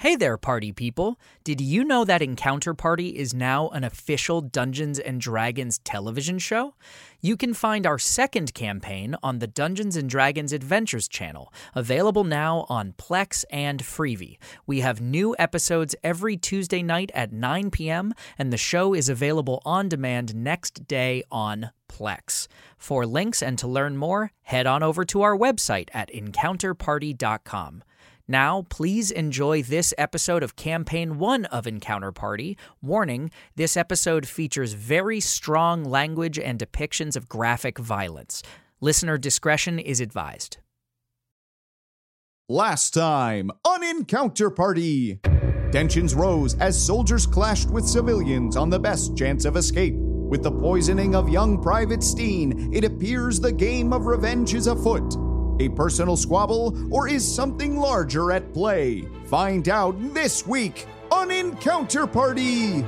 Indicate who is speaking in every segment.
Speaker 1: Hey there, party people! Did you know that Encounter Party is now an official Dungeons and Dragons television show? You can find our second campaign on the Dungeons and Dragons Adventures channel, available now on Plex and Freevee. We have new episodes every Tuesday night at 9 p.m., and the show is available on demand next day on Plex. For links and to learn more, head on over to our website at encounterparty.com. Now, please enjoy this episode of Campaign 1 of Encounter Party. Warning this episode features very strong language and depictions of graphic violence. Listener discretion is advised.
Speaker 2: Last time on Encounter Party, tensions rose as soldiers clashed with civilians on the best chance of escape. With the poisoning of young Private Steen, it appears the game of revenge is afoot. A personal squabble, or is something larger at play? Find out this week on Encounter Party!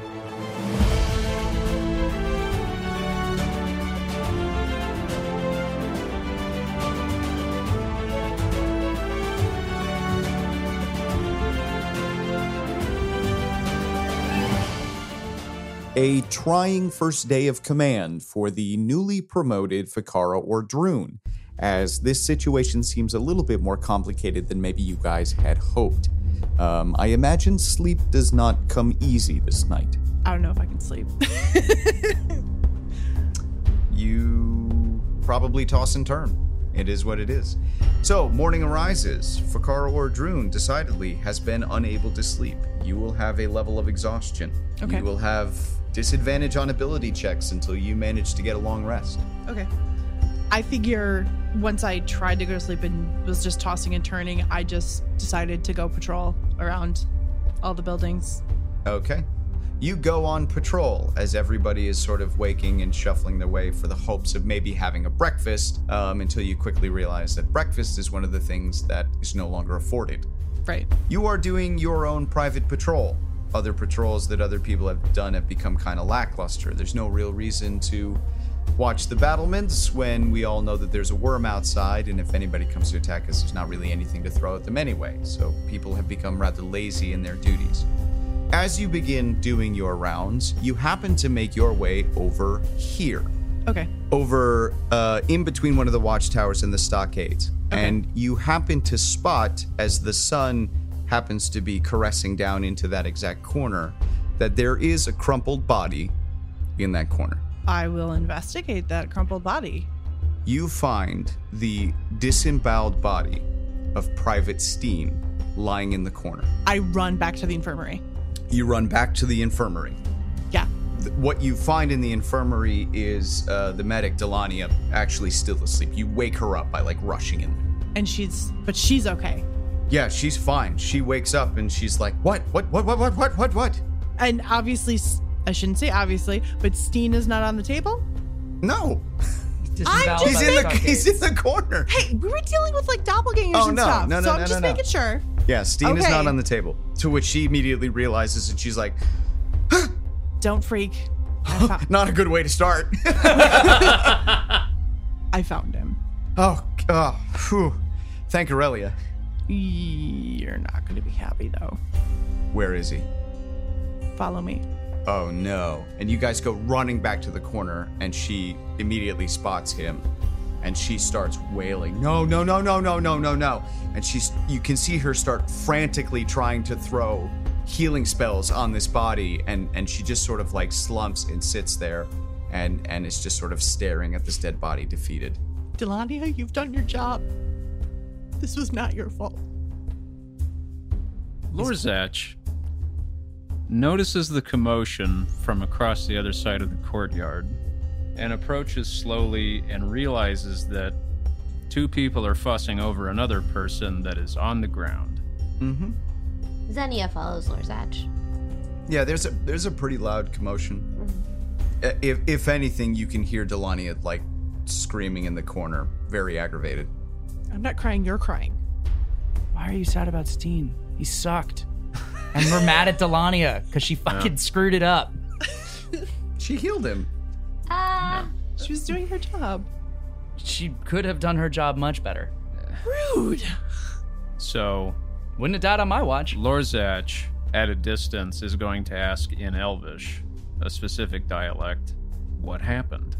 Speaker 2: A trying first day of command for the newly promoted Fakara or Droon, as this situation seems a little bit more complicated than maybe you guys had hoped. Um, I imagine sleep does not come easy this night.
Speaker 3: I don't know if I can sleep.
Speaker 2: you probably toss and turn. It is what it is. So, morning arises. Fakara or Droon decidedly has been unable to sleep. You will have a level of exhaustion.
Speaker 3: Okay.
Speaker 2: You will have disadvantage on ability checks until you manage to get a long rest.
Speaker 3: okay. I figure once I tried to go to sleep and was just tossing and turning, I just decided to go patrol around all the buildings.
Speaker 2: Okay. You go on patrol as everybody is sort of waking and shuffling their way for the hopes of maybe having a breakfast um, until you quickly realize that breakfast is one of the things that is no longer afforded.
Speaker 3: Right.
Speaker 2: You are doing your own private patrol. Other patrols that other people have done have become kind of lackluster. There's no real reason to watch the battlements when we all know that there's a worm outside, and if anybody comes to attack us, there's not really anything to throw at them anyway. So people have become rather lazy in their duties. As you begin doing your rounds, you happen to make your way over here
Speaker 3: Okay.
Speaker 2: over uh, in between one of the watchtowers and the stockades. And you happen to spot, as the sun happens to be caressing down into that exact corner, that there is a crumpled body in that corner.
Speaker 3: I will investigate that crumpled body.
Speaker 2: You find the disemboweled body of Private Steen lying in the corner.
Speaker 3: I run back to the infirmary.
Speaker 2: You run back to the infirmary.
Speaker 3: Yeah.
Speaker 2: Th- What you find in the infirmary is uh, the medic, Delania, actually still asleep. You wake her up by like rushing in there.
Speaker 3: And she's, but she's okay.
Speaker 2: Yeah, she's fine. She wakes up and she's like, "What? What? What? What? What? What? What? What?"
Speaker 3: And obviously, s- I shouldn't say obviously, but Steen is not on the table.
Speaker 2: No,
Speaker 3: I'm
Speaker 2: he's
Speaker 3: just
Speaker 2: in the he's in the corner.
Speaker 3: Hey, we were dealing with like doppelgangers
Speaker 2: Oh,
Speaker 3: and
Speaker 2: no,
Speaker 3: stuff.
Speaker 2: no, no,
Speaker 3: so I'm
Speaker 2: no, no,
Speaker 3: just
Speaker 2: no.
Speaker 3: making sure.
Speaker 2: Yeah, Steen is not
Speaker 3: Okay.
Speaker 2: on the table. To which she immediately realizes, and she's like,
Speaker 3: Don't freak. I found,
Speaker 2: "Not a good way to start."
Speaker 3: I found him.
Speaker 2: oh, oh, phew. thank Aurelia.
Speaker 3: You're not going to be happy though.
Speaker 2: Where is he?
Speaker 3: Follow me.
Speaker 2: Oh no! And you guys go running back to the corner, and she immediately spots him, and she starts wailing, "No, no, no, no, no, no, no, no!" And she's—you can see her start frantically trying to throw healing spells on this body, and and she just sort of like slumps and sits there, and and is just sort of staring at this dead body, defeated.
Speaker 3: Delania, you've done your job. This was not your fault.
Speaker 4: Lorzach notices the commotion from across the other side of the courtyard and approaches slowly and realizes that two people are fussing over another person that is on the ground.
Speaker 2: Mm-hmm.
Speaker 5: Xenia follows Lorzach.
Speaker 2: Yeah, there's a there's a pretty loud commotion. Uh, If if anything, you can hear Delania like screaming in the corner, very aggravated.
Speaker 3: I'm not crying, you're crying.
Speaker 6: Why are you sad about Steen? He sucked.
Speaker 1: And we're mad at Delania because she fucking screwed it up.
Speaker 2: She healed him.
Speaker 5: Ah,
Speaker 3: She was doing her job.
Speaker 6: She could have done her job much better.
Speaker 3: Rude.
Speaker 4: So
Speaker 6: Wouldn't have died on my watch.
Speaker 4: Lorzach, at a distance, is going to ask in Elvish, a specific dialect, what happened,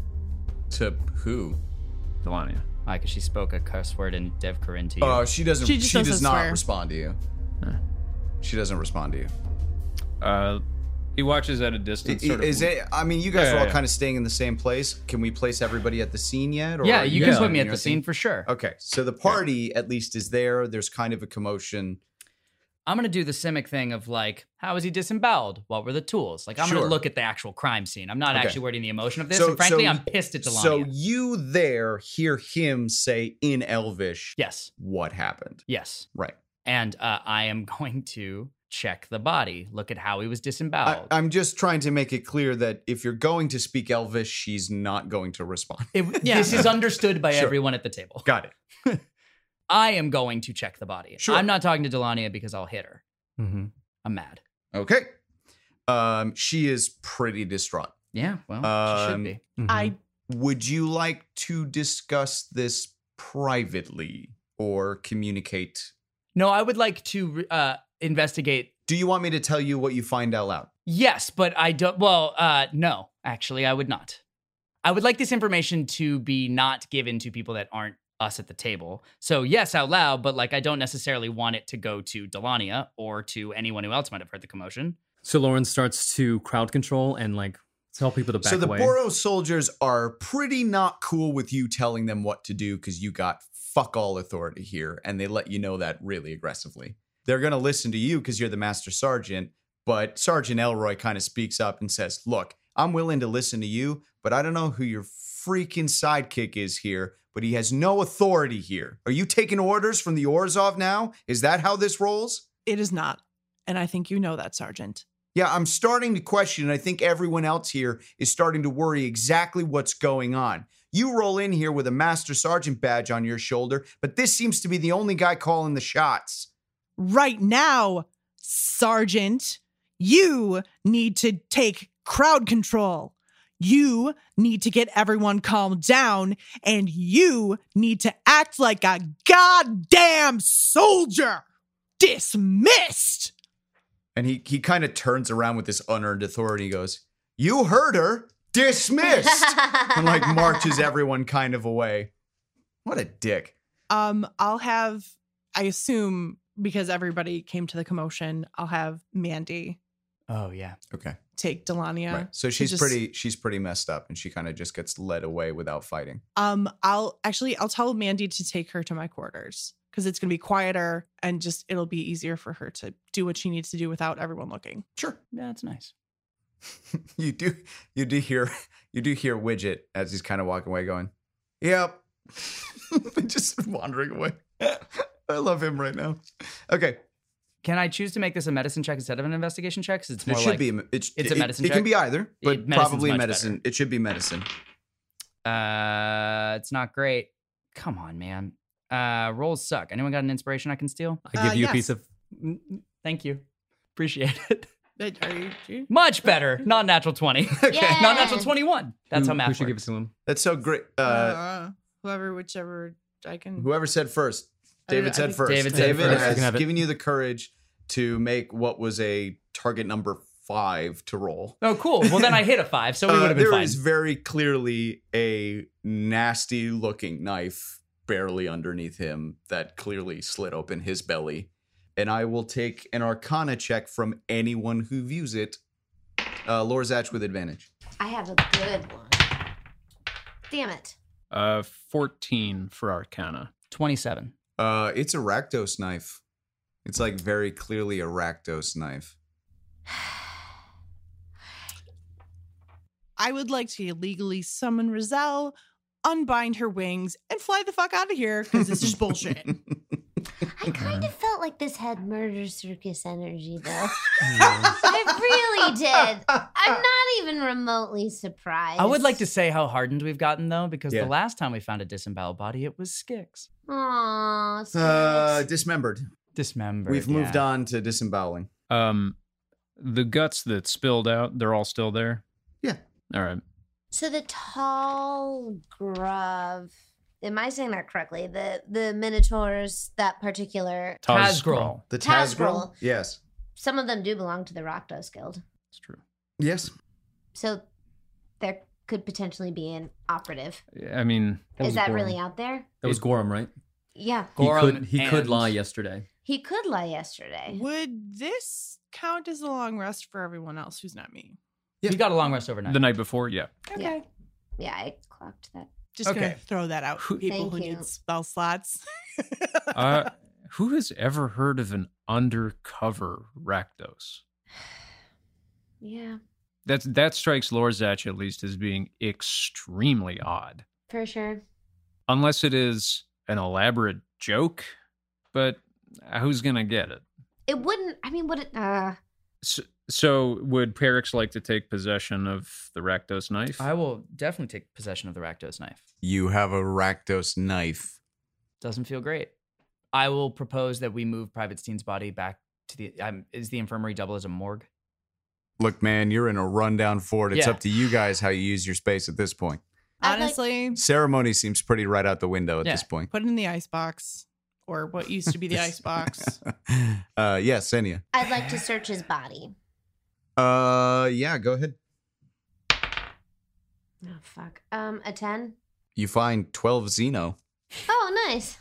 Speaker 2: To who?
Speaker 4: Delania?
Speaker 7: Why? Because she spoke a curse word in Devkarin to you.
Speaker 2: Oh, she doesn't.
Speaker 3: She
Speaker 2: She,
Speaker 3: just
Speaker 2: does
Speaker 3: doesn't
Speaker 2: not
Speaker 3: swear.
Speaker 2: respond to you. She doesn't respond to you.
Speaker 4: Uh, he watches at a distance. Sort of,
Speaker 2: Is it? I mean, you guys
Speaker 4: Yeah,
Speaker 2: are all
Speaker 4: yeah.
Speaker 2: kind of staying in the same place. Can we place everybody at the scene yet? Or
Speaker 7: yeah,
Speaker 2: are
Speaker 7: you can
Speaker 4: yeah,
Speaker 7: put me
Speaker 2: in
Speaker 7: at
Speaker 2: your
Speaker 7: the scene for sure.
Speaker 2: Okay, so the party at least is there. There's kind of a commotion.
Speaker 7: I'm gonna do the Simic thing of like, how was he disemboweled? What were the tools? Like, I'm
Speaker 2: Sure.
Speaker 7: gonna look at the actual crime scene. I'm not
Speaker 2: Okay.
Speaker 7: actually wording the emotion of this.
Speaker 2: So-
Speaker 7: and frankly,
Speaker 2: so-
Speaker 7: I'm pissed at Delania.
Speaker 2: So you there hear him say in Elvish
Speaker 7: yes,
Speaker 2: what happened.
Speaker 7: yes,
Speaker 2: Right.
Speaker 7: and uh, I am going to check the body, look at how he was
Speaker 2: I,
Speaker 7: disemboweled.
Speaker 2: I'm just trying to make it clear that if you're going to speak Elvish, she's not going to respond.
Speaker 7: It-
Speaker 3: Yeah.
Speaker 7: This is understood by
Speaker 2: Sure.
Speaker 7: everyone at the table.
Speaker 2: Got it.
Speaker 7: I am going to check the body.
Speaker 2: Sure. Mm-hmm.
Speaker 7: I'm not talking to Delania because I'll hit her. I'm mad.
Speaker 2: Okay. Um, she is pretty distraught.
Speaker 7: Yeah, well, she
Speaker 2: Um,
Speaker 7: should be.
Speaker 3: I
Speaker 2: Would you like to discuss this privately or communicate?
Speaker 7: No, I would like to uh, investigate.
Speaker 2: Do you want me to tell you what you find out loud?
Speaker 7: Yes, but I don't. Well, uh, no, actually, I would not. I would like this information to be not given to people that aren't us at the table. So, yes, out loud, but like I don't necessarily want it to go to Delania or to anyone who else might have heard the commotion.
Speaker 8: So Lauren starts to crowd control and like tell people to back
Speaker 2: so the
Speaker 8: away.
Speaker 2: Boros soldiers are pretty not cool with you telling them what to do because you got fuck all authority here, and they let you know that really aggressively. They're gonna listen to you because you're the master sergeant, but Sergeant Elroy kind of speaks up and says, "Look, I'm willing to listen to you, but I don't know who your freaking sidekick is here." But he has no authority here. Are you taking orders from the Orzov now? Is that how this rolls?
Speaker 3: it is not, and I think you know that, Sergeant.
Speaker 2: Yeah, I'm starting to question, and I think everyone else here is starting to worry exactly what's going on. You roll in here with a Master Sergeant badge on your shoulder, but this seems to be the only guy calling the shots.
Speaker 3: Right now, Sergeant, you need to take crowd control. You need to get everyone calmed down, and you need to act like a goddamn soldier. Dismissed.
Speaker 2: And he he kind of turns around with this unearned authority and goes, You heard her, dismissed. and like marches everyone kind of away. What a dick.
Speaker 3: Um, I'll have, I assume, because everybody came to the commotion, I'll have Mandy
Speaker 7: Oh, yeah.
Speaker 2: Okay.
Speaker 3: take Delania.
Speaker 2: Right. So
Speaker 3: to
Speaker 2: she's
Speaker 3: just-
Speaker 2: pretty she's pretty messed up and she kind of just gets led away without fighting.
Speaker 3: Um, I'll actually I'll tell Mandy to take her to my quarters because it's gonna be quieter and just it'll be easier for her to do what she needs to do without everyone looking.
Speaker 2: Sure.
Speaker 7: Yeah, that's nice.
Speaker 2: you do you do hear you do hear widget as he's kind of walking away going yep just wandering away i love him right now okay
Speaker 7: Can I choose to make this a medicine check instead of an investigation check? 'Cause it's more
Speaker 2: it should
Speaker 7: like,
Speaker 2: be a- it's,
Speaker 7: it's a
Speaker 2: it-
Speaker 7: medicine
Speaker 2: it,
Speaker 7: check?
Speaker 2: can be either but
Speaker 7: medicine's
Speaker 2: probably
Speaker 7: much
Speaker 2: medicine it should be medicine
Speaker 7: Uh, it's not great. Come on, man. Uh, rolls suck. Anyone got an inspiration I can steal?
Speaker 8: I give
Speaker 3: Uh,
Speaker 8: you
Speaker 3: yes.
Speaker 8: a piece of
Speaker 7: Thank you. Appreciate it.
Speaker 3: But Are you, you-
Speaker 7: Much better. Not natural 20.
Speaker 5: Yeah.
Speaker 7: Not natural 21. That's
Speaker 8: who,
Speaker 7: how
Speaker 8: who
Speaker 7: math
Speaker 8: should give it
Speaker 7: works.
Speaker 8: to him.
Speaker 2: that's so great uh,
Speaker 3: uh, whoever, whichever I can.
Speaker 2: whoever said first
Speaker 3: I don't know,
Speaker 2: david
Speaker 3: I
Speaker 2: said
Speaker 3: think
Speaker 2: first
Speaker 7: Um, David said
Speaker 2: david
Speaker 7: first.
Speaker 8: You can
Speaker 2: has
Speaker 8: have it.
Speaker 2: given you the courage to make what was a target number five to roll
Speaker 7: Oh, cool. Well, then I hit a five, so we
Speaker 2: Uh,
Speaker 7: would have been
Speaker 2: there
Speaker 7: fine.
Speaker 2: is very clearly a nasty looking knife barely underneath him that clearly slit open his belly. And I will take an arcana check from anyone who views it. Uh, Lorzach with advantage.
Speaker 5: I have a good one. Damn it.
Speaker 4: Uh, 14 for Arcana.
Speaker 7: 27.
Speaker 2: Uh, it's a Rakdos knife. It's like very clearly a Rakdos knife.
Speaker 3: I would like to legally summon Rizal, unbind her wings, and fly the fuck out of here because this is bullshit.
Speaker 5: I kind of felt like this had murder circus energy, though. I really did. I'm not even remotely surprised.
Speaker 7: I would like to say how hardened we've gotten, though, because
Speaker 2: Yeah.
Speaker 7: the last time we found a disemboweled body, it was Skix.
Speaker 5: Aw,
Speaker 2: Uh,
Speaker 5: Skix.
Speaker 2: dismembered.
Speaker 7: Dismembered.
Speaker 2: We've moved
Speaker 7: yeah.
Speaker 2: on to disemboweling.
Speaker 4: Um, the guts that spilled out, they're all still there?
Speaker 2: Yeah.
Speaker 4: All right.
Speaker 5: so the tall, gruff, am I saying that correctly? The the minotaurs, that particular
Speaker 7: Tazgrul.
Speaker 2: The
Speaker 5: Tazgrul.
Speaker 2: Tazgrul? Yes.
Speaker 5: some of them do belong to the Rakdos Guild.
Speaker 4: It's true.
Speaker 2: Yes.
Speaker 5: So there could potentially be an operative.
Speaker 4: Yeah, I mean,
Speaker 8: That
Speaker 5: Is
Speaker 8: was
Speaker 5: that
Speaker 8: Gorham.
Speaker 5: really out there?
Speaker 8: That was Gorham, right?
Speaker 5: Yeah.
Speaker 8: he
Speaker 7: Gorham
Speaker 8: could he could
Speaker 7: and-
Speaker 8: lie yesterday.
Speaker 5: He could lie yesterday.
Speaker 3: Would this count as a long rest for everyone else who's not me?
Speaker 7: We got a long rest overnight.
Speaker 4: the night before, yeah.
Speaker 5: Yeah. Yeah, I clocked that.
Speaker 3: Just gonna
Speaker 7: Okay.
Speaker 3: throw that out.
Speaker 4: Who-
Speaker 3: People
Speaker 5: Thank
Speaker 3: who
Speaker 5: you.
Speaker 3: need spell slots.
Speaker 4: Uh, who has ever heard of an undercover Rakdos?
Speaker 5: Yeah,
Speaker 4: That's that strikes Lorzach at least as being extremely odd,
Speaker 5: for sure.
Speaker 4: unless it is an elaborate joke. But who's gonna get it?
Speaker 5: It wouldn't. I mean, would it? Uh,
Speaker 4: So, so would Perix like to take possession of the Rakdos knife?
Speaker 7: I will definitely take possession of the Rakdos knife.
Speaker 2: You have a Rakdos knife.
Speaker 7: Doesn't feel great. I will propose that we move Private Steen's body back to the. Um, is the infirmary double as a morgue?
Speaker 2: Look, man, you're in a rundown fort. It's
Speaker 7: Yeah.
Speaker 2: up to you guys how you use your space at this point.
Speaker 5: I'd like-
Speaker 3: Honestly,
Speaker 2: Ceremony seems pretty right out the window at
Speaker 7: Yeah.
Speaker 2: this point.
Speaker 3: put it in the icebox or what used to be the icebox.
Speaker 2: uh, yeah, Senia.
Speaker 5: I'd like to search his body.
Speaker 2: Uh, yeah, go ahead.
Speaker 5: Oh fuck. Um, a ten.
Speaker 2: You find twelve Xeno.
Speaker 5: Oh, nice.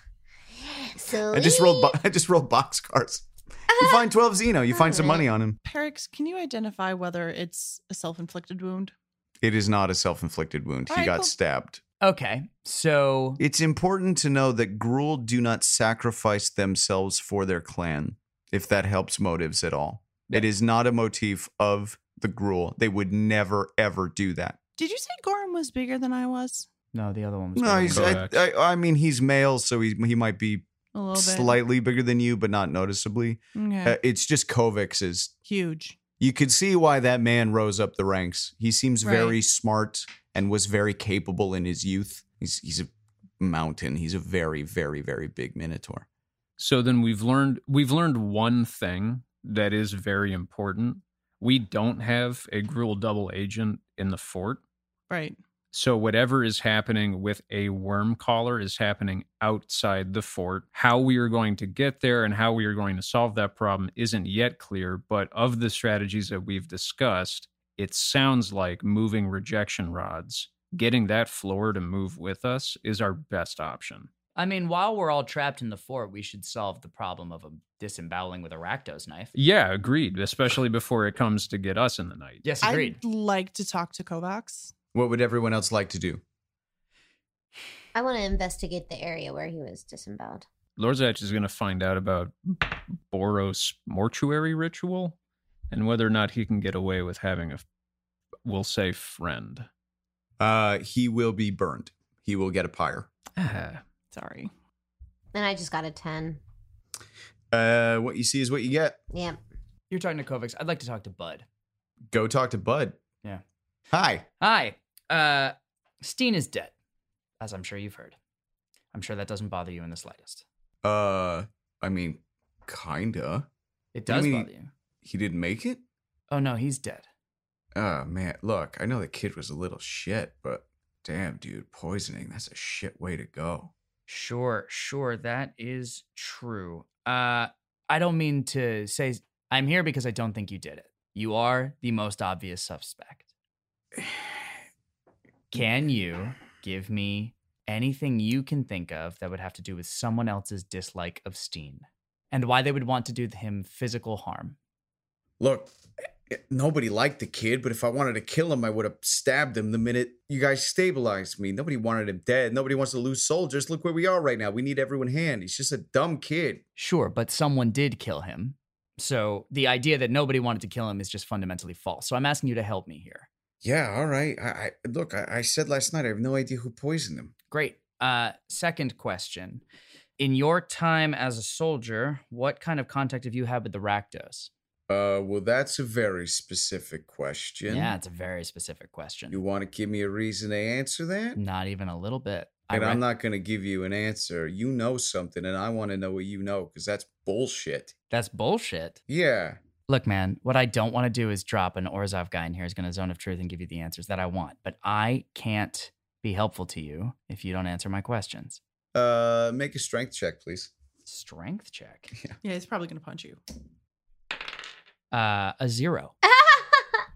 Speaker 5: So
Speaker 2: I just rolled. Bo- I just rolled box cards. You find twelve Xeno. You find some
Speaker 5: Alright.
Speaker 2: money on him.
Speaker 3: Perix, can you identify whether it's a self-inflicted wound?
Speaker 2: It is not a self-inflicted wound. He
Speaker 3: Alright,
Speaker 2: got
Speaker 3: cool.
Speaker 2: stabbed.
Speaker 7: Okay, so
Speaker 2: It's important to know that Gruul do not sacrifice themselves for their clan, if that helps motives at all. It is not a motif of the Gruul. They would never, ever do that.
Speaker 3: Did you say Gorham was bigger than I was?
Speaker 7: no, the other one was.
Speaker 2: No,
Speaker 7: better.
Speaker 2: he's, I,
Speaker 4: Correct.
Speaker 2: I, I mean, he's male, so he, he might be
Speaker 3: A little bit.
Speaker 2: slightly bigger than you, but not noticeably.
Speaker 3: Okay.
Speaker 2: Uh, it's just Kovacs is.
Speaker 3: Huge.
Speaker 2: You could see why that man rose up the ranks. He seems very
Speaker 3: Right.
Speaker 2: smart and was very capable in his youth. He's, he's a mountain. He's a very, very, very big minotaur.
Speaker 4: So then we've learned we've learned one thing that is very important. We don't have a Gruul double agent in the fort.
Speaker 3: Right.
Speaker 4: So whatever is happening with a worm collar is happening outside the fort. How we are going to get there and how we are going to solve that problem isn't yet clear, but of the strategies that we've discussed, it sounds like moving rejection rods, getting that floor to move with us is our best option.
Speaker 7: I mean, while we're all trapped in the fort, we should solve the problem of a disemboweling with a Rakdos knife.
Speaker 4: Yeah, agreed, especially before it comes to get us in the night.
Speaker 7: Yes, agreed.
Speaker 3: I'd like to talk to Kovacs.
Speaker 2: What would everyone else like to do?
Speaker 5: I want to investigate the area where he was disemboweled.
Speaker 4: Lorzach is going to find out about Boros mortuary ritual and whether or not he can get away with having a, we'll say, friend.
Speaker 2: Uh, he will be burned. He will get a pyre.
Speaker 4: Ah,
Speaker 3: Sorry.
Speaker 5: And I just got a ten.
Speaker 2: Uh, what you see is what you get.
Speaker 5: Yeah.
Speaker 7: You're talking to Kovacs. I'd like to talk to Bud.
Speaker 2: Go talk to Bud.
Speaker 7: Yeah.
Speaker 2: Hi.
Speaker 7: Hi. Uh, Steen is dead, as I'm sure you've heard. I'm sure that doesn't bother you in the slightest.
Speaker 2: Uh, I mean, kinda.
Speaker 7: It
Speaker 2: What do
Speaker 7: does
Speaker 2: you mean?
Speaker 7: bother you.
Speaker 2: He didn't make it.
Speaker 7: Oh no, he's dead.
Speaker 2: Oh man, look. I know the kid was a little shit, but damn, dude, poisoning—that's a shit way to go.
Speaker 7: Sure, sure, that is true. Uh, I don't mean to say I'm here because I don't think you did it. You are the most obvious suspect. Can you give me anything you can think of that would have to do with someone else's dislike of Steen and why they would want to do him physical harm?
Speaker 2: Look, eh, nobody liked the kid, but if I wanted to kill him, I would have stabbed him the minute you guys stabilized me. Nobody wanted him dead. Nobody wants to lose soldiers. Look where we are right now. We need everyone hand. He's just a dumb kid.
Speaker 7: Sure, but someone did kill him. So the idea that nobody wanted to kill him is just fundamentally false. So I'm asking you to help me here.
Speaker 2: Yeah, all right. I, I look. I, I said last night I have no idea who poisoned him.
Speaker 7: Great. Uh, second question. In your time as a soldier, what kind of contact have you had with the Rakdos?
Speaker 2: Uh, well, that's a very specific question.
Speaker 7: Yeah, it's a very specific question.
Speaker 2: You want to give me a reason to answer that?
Speaker 7: not even a little bit.
Speaker 2: And
Speaker 7: rec-
Speaker 2: I'm not going to give you an answer. You know something, and I want to know what you know because that's bullshit.
Speaker 7: That's bullshit.
Speaker 2: Yeah.
Speaker 7: Look, man, what I don't want to do is drop an Orzov guy in here who's going to zone of truth and give you the answers that I want. But I can't be helpful to you if you don't answer my questions.
Speaker 2: Uh, make a strength check, please.
Speaker 7: Strength check.
Speaker 3: Yeah, he's probably gonna punch you.
Speaker 7: Uh, a zero.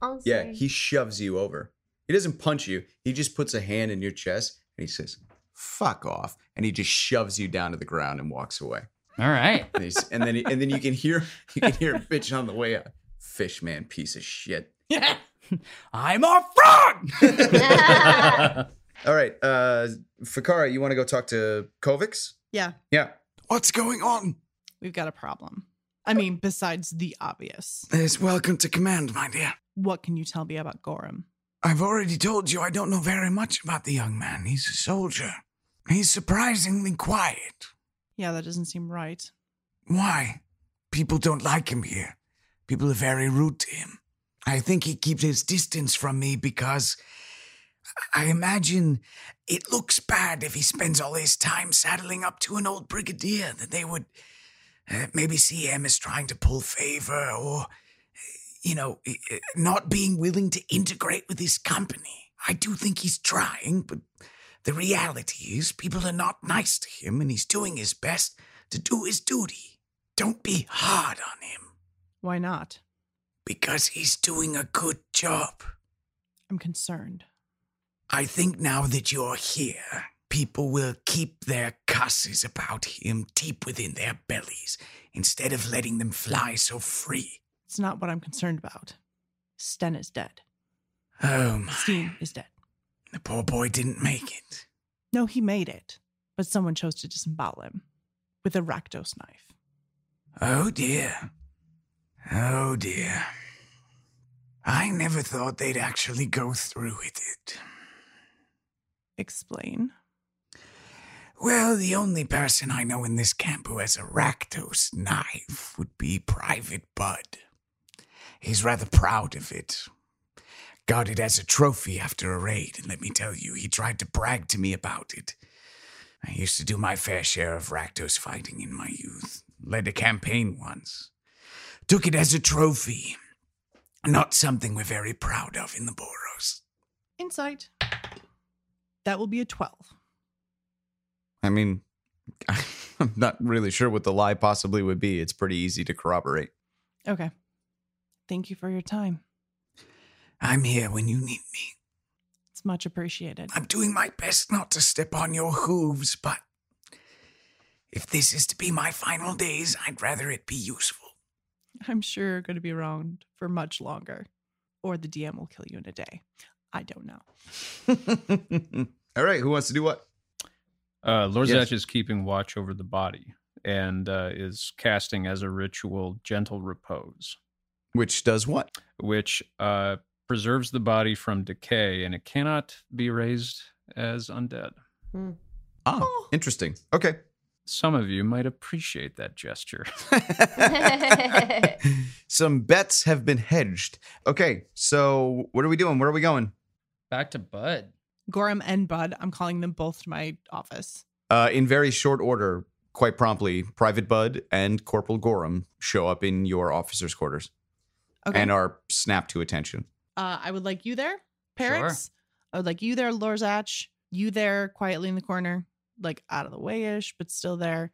Speaker 5: I'm
Speaker 2: Yeah,
Speaker 5: sorry.
Speaker 2: he shoves you over. He doesn't punch you. He just puts a hand in your chest and he says, "Fuck off," and he just shoves you down to the ground and walks away.
Speaker 7: All right.
Speaker 2: And, he's, and then and then you can hear you can hear him bitching on the way out. Fish man, piece of shit.
Speaker 7: I'm a frog.
Speaker 2: All right, uh, Fakara, you want to go talk to Kovacs?
Speaker 3: Yeah.
Speaker 2: Yeah. What's going on?
Speaker 3: We've got a problem. I mean, besides the obvious.
Speaker 9: It's welcome to command, my dear.
Speaker 3: What can you tell me about Gorham?
Speaker 9: I've already told you I don't know very much about the young man. He's a soldier. He's surprisingly quiet.
Speaker 3: Yeah, that doesn't seem right.
Speaker 9: Why? People don't like him here. People are very rude to him. I think he keeps his distance from me because I imagine it looks bad if he spends all his time saddling up to an old brigadier that they would uh, maybe see him as trying to pull favor or, you know, eh, eh, not being willing to integrate with his company. I do think he's trying, but the reality is people are not nice to him and he's doing his best to do his duty. Don't be hard on him
Speaker 3: Why not?
Speaker 9: because he's doing a good job.
Speaker 3: I'm concerned.
Speaker 9: I think now that you're here, people will keep their curses about him deep within their bellies instead of letting them fly so free.
Speaker 3: It's not what I'm concerned about. Sten is dead.
Speaker 9: Oh my,
Speaker 3: Steen is dead.
Speaker 9: the poor boy didn't make it.
Speaker 3: No, he made it, but someone chose to disembowel him with a Rakdos knife.
Speaker 9: Oh dear. Oh dear. I never thought they'd actually go through with it.
Speaker 3: Explain.
Speaker 9: Well, the only person I know in this camp who has a Rakdos knife would be Private Bud. He's rather proud of it. Got it as a trophy after a raid, and let me tell you, he tried to brag to me about it. I used to do my fair share of Rakdos fighting in my youth. Led a campaign once. Took it as a trophy. Not something we're very proud of in the Boros.
Speaker 3: Insight. That will be a 12.
Speaker 2: I mean, I'm not really sure what the lie possibly would be. It's pretty easy to corroborate.
Speaker 3: Okay. Thank you for your time.
Speaker 9: I'm here when you need me.
Speaker 3: It's much appreciated.
Speaker 9: I'm doing my best not to step on your hooves, but if this is to be my final days, I'd rather it be useful.
Speaker 3: I'm sure you're going to be around for much longer, or the DM will kill you in a day. I don't know.
Speaker 2: All right, who wants to do what?
Speaker 4: Uh, Lord
Speaker 2: Yes.
Speaker 4: Zech is keeping watch over the body and uh, is casting as a ritual gentle repose,
Speaker 2: Which does what?
Speaker 4: which uh, preserves the body from decay and it cannot be raised as undead.
Speaker 2: Ah, interesting. Okay.
Speaker 4: Some of you might appreciate that gesture.
Speaker 2: Some bets have been hedged. Okay, so what are we doing? Where are we going?
Speaker 7: Back to Bud.
Speaker 3: Gorham and Bud, I'm calling them both to my office.
Speaker 2: Uh, in very short order, quite promptly, Private Bud and Corporal Gorham show up in your officers' quarters
Speaker 3: Okay.
Speaker 2: and are snapped to attention.
Speaker 3: uh, I would like you there, Parrots. I would like you there, Lorzach. You there, quietly in the corner, like out of the way ish, but still there.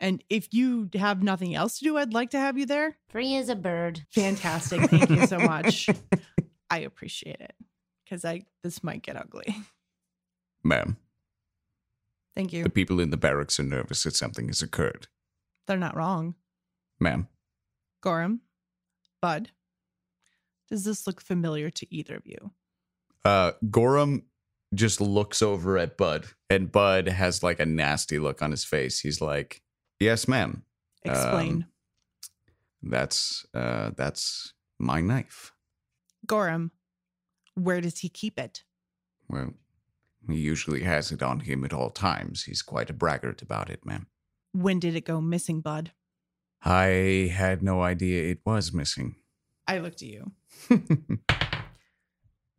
Speaker 3: And if you have nothing else to do, I'd like to have you there.
Speaker 5: Free as a bird.
Speaker 3: Fantastic. Thank you so much. I appreciate it because I this might get ugly.
Speaker 9: Ma'am,
Speaker 3: Thank you.
Speaker 9: the people in the barracks are nervous that something has occurred.
Speaker 3: They're not wrong.
Speaker 9: Ma'am,
Speaker 3: Gorham, Bud, does this look familiar to either of you?
Speaker 2: Uh, Gorham just looks over at Bud, and Bud has like a nasty look on his face. He's like, "Yes, ma'am.
Speaker 3: Explain.
Speaker 2: Um, That's uh, that's my knife.
Speaker 3: Gorham, where does he keep it?
Speaker 9: well, he usually has it on him at all times. He's quite a braggart about it, ma'am.
Speaker 3: When did it go missing, Bud?
Speaker 9: I had no idea it was missing.
Speaker 3: I looked at you.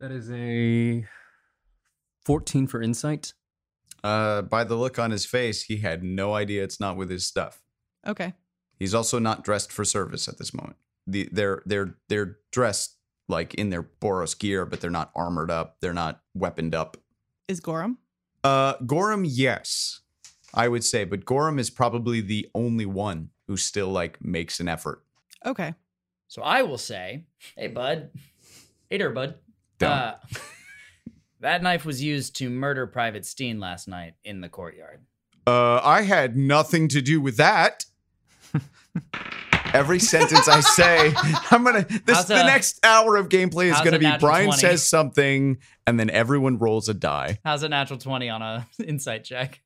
Speaker 8: That is a 14 for insight.
Speaker 2: Uh, by the look on his face, he had no idea it's not with his stuff.
Speaker 3: Okay.
Speaker 2: He's also not dressed for service at this moment. The, they're they're they're dressed like in their Boros gear, but they're not armored up. They're not weaponed up.
Speaker 3: is Gorham.
Speaker 9: Uh, Gorham, yes, I would say, but Gorham is probably the only one who still like makes an effort.
Speaker 3: Okay.
Speaker 7: So I will say, hey, bud. Hey there, bud.
Speaker 9: Don't.
Speaker 7: Uh, that knife was used to murder Private Steen last night in the courtyard.
Speaker 9: Uh, I had nothing to do with that. Every sentence I say, I'm gonna. This
Speaker 7: How's
Speaker 9: the
Speaker 7: a-
Speaker 9: next hour of gameplay is
Speaker 7: how's
Speaker 9: gonna
Speaker 7: a
Speaker 9: be
Speaker 7: natural
Speaker 9: Brian
Speaker 7: 20?
Speaker 9: says something, and then everyone rolls a die.
Speaker 7: How's a natural 20 on a insight check?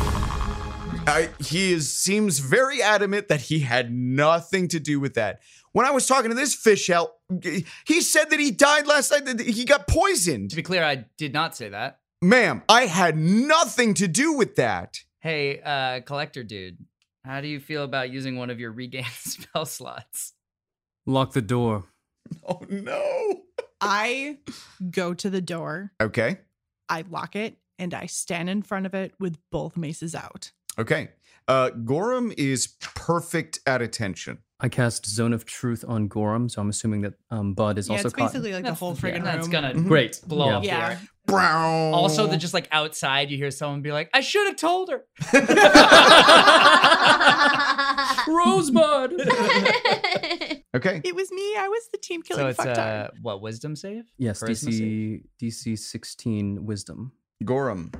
Speaker 9: I, he is, seems very adamant that he had nothing to do with that. When I was talking to this fish out, he said that he died last night. That he got
Speaker 7: To
Speaker 9: poisoned.
Speaker 7: be clear, I did not say that.
Speaker 9: Ma'am, I had nothing to do with that.
Speaker 7: Hey, uh, collector dude, how do you feel about using one of your regained spell slots?
Speaker 8: Lock the door.
Speaker 9: Oh no.
Speaker 3: I go to the door,
Speaker 9: Okay.
Speaker 3: I lock it, and I stand in front of it with both maces out.
Speaker 9: Okay. Uh, Gorham is perfect at attention.
Speaker 8: I cast Zone of Truth on Gorham, so I'm assuming that um, Bud is
Speaker 3: yeah,
Speaker 8: also
Speaker 3: it's
Speaker 8: caught.
Speaker 3: basically like
Speaker 7: That's-
Speaker 3: the whole friggin'
Speaker 7: yeah,
Speaker 3: room. Mm-hmm.
Speaker 7: That's gonna
Speaker 8: Great.
Speaker 7: blow
Speaker 8: Yeah.
Speaker 7: up.
Speaker 3: yeah.
Speaker 7: there.
Speaker 9: Brown.
Speaker 7: Also, the just like outside, you hear someone be like, "I should have told her."
Speaker 1: Rosebud.
Speaker 9: okay.
Speaker 3: It was me. I was the team killing
Speaker 7: so it's
Speaker 3: fuck time.
Speaker 7: uh, what wisdom save?
Speaker 8: Yes,
Speaker 7: Charisma save?
Speaker 8: DC DC 16 Wisdom.
Speaker 9: Gorham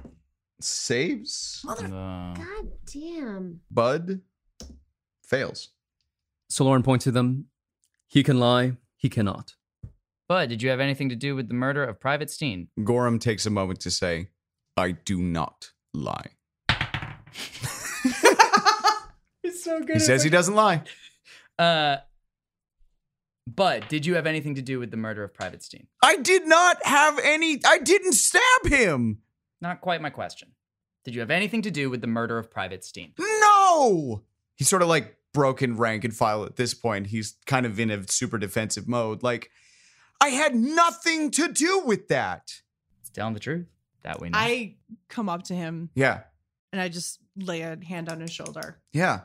Speaker 9: saves.
Speaker 5: God damn.
Speaker 9: Bud fails.
Speaker 8: Soloran points to them. He can lie. He cannot.
Speaker 7: Bud, did you have anything to do with the murder of Private Steen?
Speaker 9: Gorham takes a moment to say, "I do not lie."
Speaker 7: It's so good.
Speaker 9: He says he doesn't lie.
Speaker 7: Uh, Bud, did you have anything to do with the murder of Private Steen?
Speaker 9: I did not have any. I didn't stab him.
Speaker 7: Not quite my question. Did you have anything to do with the murder of Private Steen?
Speaker 9: No. He's sort of like broken rank and file at this point. He's kind of in a super defensive mode. Like, I had nothing to do with that.
Speaker 7: It's telling the truth. That we know.
Speaker 3: I come up to him
Speaker 9: Yeah.
Speaker 3: and I just lay a hand on his shoulder,
Speaker 9: Yeah.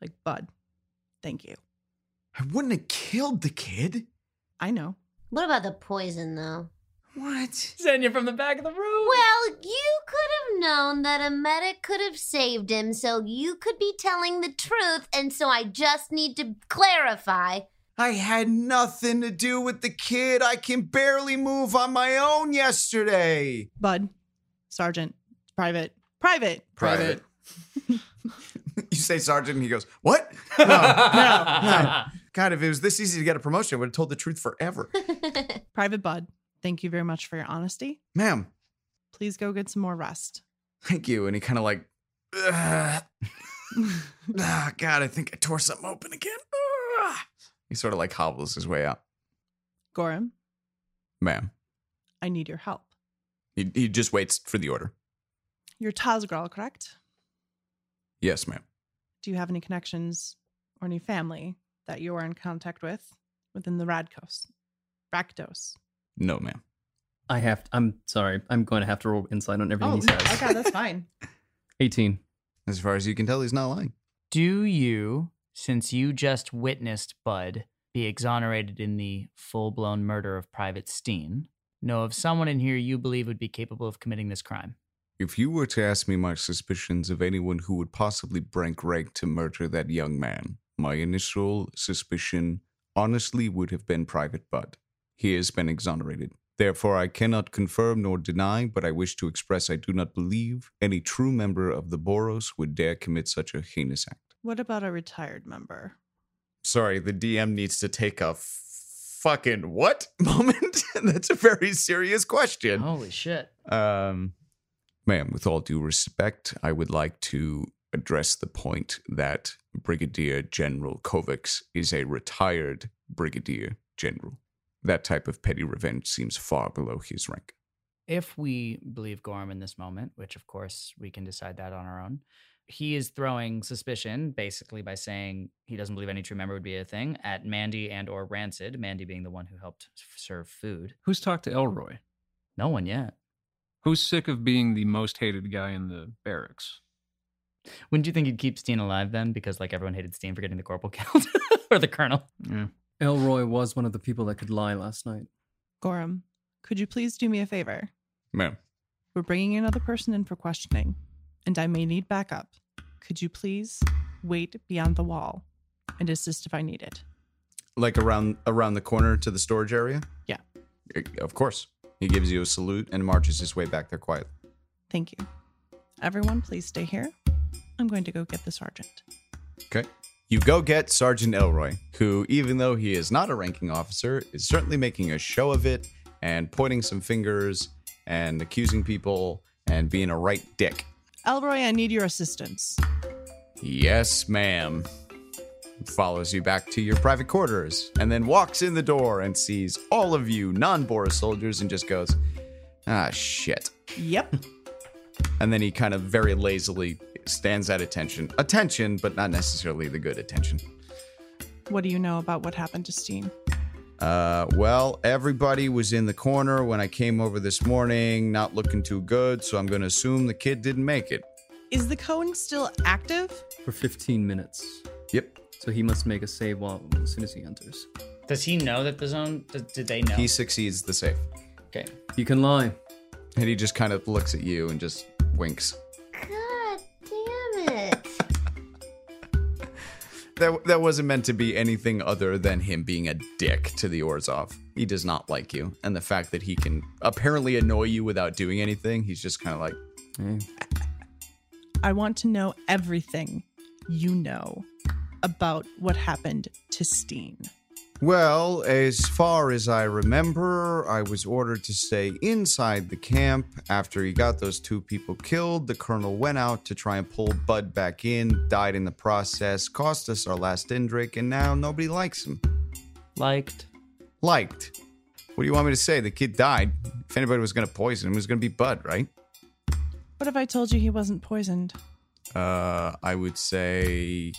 Speaker 3: like, Bud, thank you.
Speaker 9: I wouldn't have killed the kid.
Speaker 3: I know.
Speaker 5: What about the poison, though?
Speaker 9: What?
Speaker 7: send you from the back of the room.
Speaker 5: Well, you could have known that a medic could have saved him, so you could be telling the truth, and so I just need to clarify.
Speaker 9: I had nothing to do with the kid. I can barely move on my own yesterday.
Speaker 3: Bud, Sergeant, Private, Private,
Speaker 9: Private. You say sergeant, and he goes, "What?" God, if it was this easy to get a promotion, I would have told the truth forever,
Speaker 3: Private Bud, thank you very much for your honesty.
Speaker 9: ma'am.
Speaker 3: Please go get some more rest.
Speaker 9: Thank you. And he kind of like, "Ugh. Ah, God, I think I tore something open again. Ah." He sort of like hobbles his way up,
Speaker 3: Gorham,
Speaker 9: ma'am.
Speaker 3: I need your help.
Speaker 9: He, he just waits for the order.
Speaker 3: You're Tazgral, correct?
Speaker 9: Yes, ma'am.
Speaker 3: Do you have any connections or any family that you are in contact with within the Radkos? Rakdos.
Speaker 9: No, ma'am.
Speaker 8: I have. I'm sorry. I'm going to have to roll insight on everything
Speaker 3: Oh,
Speaker 8: he says.
Speaker 3: okay, that's fine.
Speaker 8: 18.
Speaker 9: As far as you can tell, he's not lying.
Speaker 7: Do you, since you just witnessed Bud be exonerated in the full blown murder of Private Steen, know of someone in here you believe would be capable of committing this crime?
Speaker 9: If you were to ask me my suspicions of anyone who would possibly break rank to murder that young man, my initial suspicion honestly would have been Private Bud. He has been exonerated. Therefore, I cannot confirm nor deny, but I wish to express I do not believe any true member of the Boros would dare commit such a heinous act.
Speaker 3: What about a retired member?
Speaker 9: Sorry, the DM needs to take a fucking what moment? That's a very serious question.
Speaker 7: Holy shit.
Speaker 9: Um, ma'am, with all due respect, I would like to address the point that Brigadier General Kovacs is a retired Brigadier General. That type of petty revenge seems far below his rank.
Speaker 7: If we believe Gorham in this moment, which of course we can decide that on our own, he is throwing suspicion basically by saying he doesn't believe any true member would be a thing at Mandy and or Rancid, Mandy being the one who helped f- serve food.
Speaker 4: Who's talked to Elroy?
Speaker 7: No one yet.
Speaker 4: Who's sick of being the most hated guy in the barracks?
Speaker 7: Wouldn't you think you'd keep Steen alive then? Because like everyone hated Steen for getting the corporal killed or the colonel.
Speaker 4: Yeah.
Speaker 8: Elroy was one of the people that could lie last night.
Speaker 3: Gorham, could you please do me a favor?
Speaker 9: Ma'am.
Speaker 3: We're bringing another person in for questioning, and I may need backup. Could you please wait beyond the wall and assist if I need it?
Speaker 9: Like around around the corner to the storage area?
Speaker 3: Yeah.
Speaker 9: Eh, Of course. He gives you a salute and marches his way back there quietly.
Speaker 3: Thank you. Everyone, please stay here. I'm going to go get the sergeant.
Speaker 9: Okay. You go get Sergeant Elroy, who, even though he is not a ranking officer, is certainly making a show of it and pointing some fingers and accusing people and being a right dick.
Speaker 3: Elroy, I need your assistance.
Speaker 9: Yes, ma'am. Follows you back to your private quarters and then walks in the door and sees all of you non Boris soldiers and just goes, ah, shit.
Speaker 3: Yep.
Speaker 9: And then he kind of very lazily stands at attention. Attention, but not necessarily the good attention.
Speaker 3: what do you know about what happened to Steen?
Speaker 9: Uh, well, everybody was in the corner when I came over this morning, not looking too good, so I'm going to assume the kid didn't make it.
Speaker 3: Is the cone still active?
Speaker 8: for 15 minutes.
Speaker 9: Yep.
Speaker 8: So he must make a save while as soon as he enters.
Speaker 7: Does he know that the zone? Did, did they know?
Speaker 9: He succeeds the save.
Speaker 7: okay.
Speaker 8: You can lie.
Speaker 9: And he just kind of looks at you and just winks.
Speaker 5: God damn it.
Speaker 9: That, that wasn't meant to be anything other than him being a dick to the Orzov. He does not like you. And the fact that he can apparently annoy you without doing anything, he's just kind of like,
Speaker 3: I want to know everything you know about what happened to Steen.
Speaker 9: Well, as far as I remember, I was ordered to stay inside the camp. After he got those two people killed, the colonel went out to try and pull Bud back in, died in the process, cost us our last Indrik, and now nobody likes him.
Speaker 7: Liked.
Speaker 9: Liked. What do you want me to say? The kid died. If anybody was going to poison him, it was going to be Bud, right?
Speaker 3: What if I told you he wasn't poisoned?
Speaker 9: Uh, I would say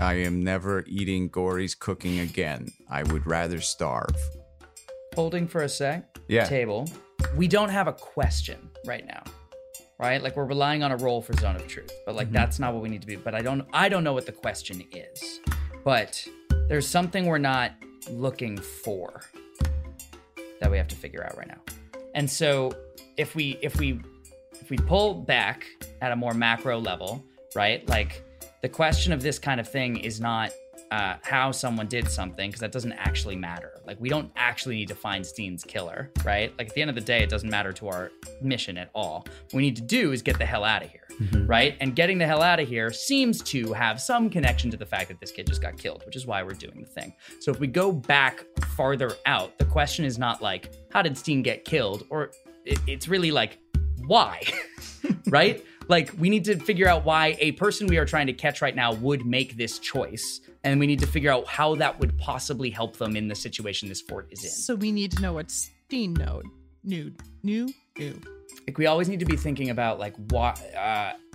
Speaker 9: I am never eating Gory's cooking again. I would rather starve.
Speaker 7: Holding for a sec.
Speaker 9: Yeah.
Speaker 7: Table. We don't have a question right now, right? Like we're relying on a roll for zone of truth, but like that's not what we need to be. But I don't. I don't know what the question is, but there's something we're not looking for that we have to figure out right now. And so if we if we if we pull back at a more macro level, right? Like the question of this kind of thing is not uh, how someone did something because that doesn't actually matter. Like we don't actually need to find Steen's killer, right? Like at the end of the day, it doesn't matter to our mission at all. What we need to do is get the hell out of here, right? And getting the hell out of here seems to have some connection to the fact that this kid just got killed, which is why we're doing the thing. So if we go back farther out, the question is not like how did Steen get killed, or it, it's really like why? right? Like, we need to figure out why a person we are trying to catch right now would make this choice. And we need to figure out how that would possibly help them in the situation this fort is in.
Speaker 3: So we need to know what Steen know. New, new, new.
Speaker 7: like, we always need to be thinking about, like, why,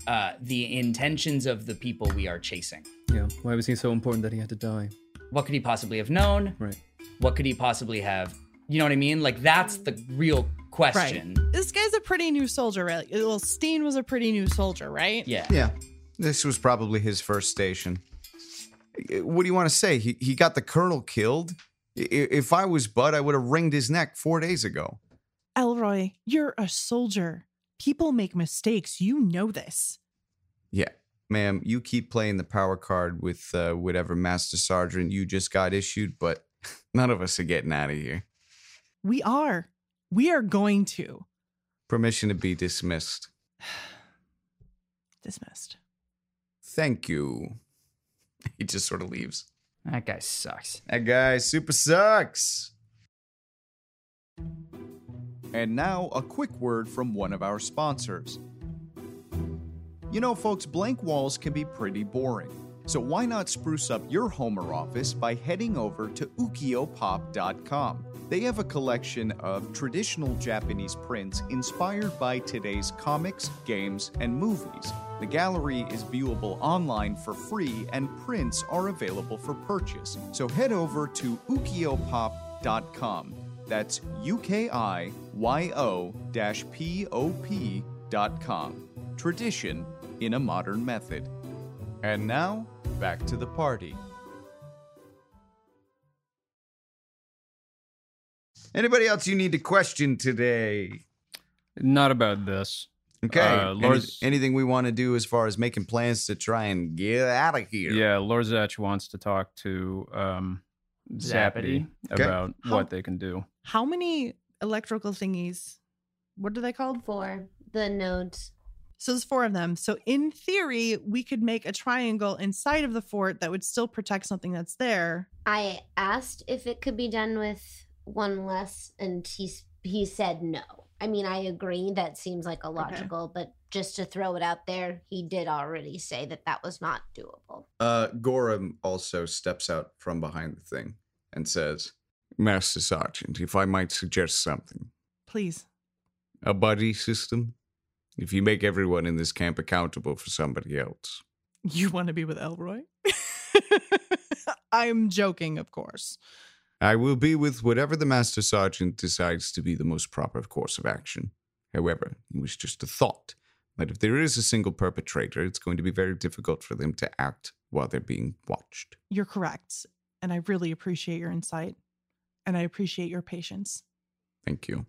Speaker 7: uh, uh, the intentions of the people we are chasing.
Speaker 8: Yeah. Why was he so important that he had to die?
Speaker 7: What could he possibly have known?
Speaker 8: Right.
Speaker 7: What could he possibly have? You know what I mean? Like, that's the real question.
Speaker 3: This guy's a pretty new soldier, right? Well, Steen was a pretty new soldier, right?
Speaker 7: Yeah.
Speaker 9: Yeah. This was probably his first station. Uh, What do you want to say? He, he got the colonel killed. I- i- If I was Bud, I would have wringed his neck four days ago.
Speaker 3: Elroy, you're a soldier. People make mistakes. You know this.
Speaker 9: Yeah. Ma'am, you keep playing the power card with uh, whatever master sergeant you just got issued, but none of us are getting out of here.
Speaker 3: We are. We are going to.
Speaker 9: Permission to be dismissed.
Speaker 3: Dismissed.
Speaker 9: Thank you. He just sort of leaves.
Speaker 7: That guy sucks.
Speaker 9: That guy super sucks. And now, a quick word from one of our sponsors. You know, folks, blank walls can be pretty boring. So why not spruce up your home or office by heading over to ukiopop.com? They have a collection of traditional Japanese prints inspired by today's comics, games, and movies. The gallery is viewable online for free, and prints are available for purchase. So head over to ukiopop.com. That's U K I Y O P O P.com. Tradition in a modern method. And now, back to the party. Anybody else you need to question today?
Speaker 4: Not about this.
Speaker 2: Okay.
Speaker 4: Uh,
Speaker 2: Any-
Speaker 4: Lars-
Speaker 2: anything we want to do as far as making plans to try and get out of here?
Speaker 4: Yeah, Lorzach wants to talk to um, Zappity,
Speaker 7: Zappity.
Speaker 2: Okay.
Speaker 4: about
Speaker 3: How-
Speaker 4: what they can do.
Speaker 3: How many electrical thingies? What are they called?
Speaker 5: Four. The nodes.
Speaker 3: So there's four of them. So in theory, we could make a triangle inside of the fort that would still protect something that's there.
Speaker 5: I asked if it could be done with one less, and he s- he said no. I mean, I agree that seems like illogical, but just to throw it out there, he did already say that that was not doable.
Speaker 2: Uh, Gorham also steps out from behind the thing and says,
Speaker 9: Master Sergeant, if I might suggest something.
Speaker 3: Please.
Speaker 9: a buddy system. If you make everyone in this camp accountable for somebody else,
Speaker 3: You want to be with Elroy? I'm joking, of course.
Speaker 9: I will be with whatever the Master Sergeant decides to be the most proper course of action. However, it was just a thought that if there is a single perpetrator, it's going to be very difficult for them to act while they're being watched.
Speaker 3: You're correct. And I really appreciate your insight. And I appreciate your patience.
Speaker 9: Thank you.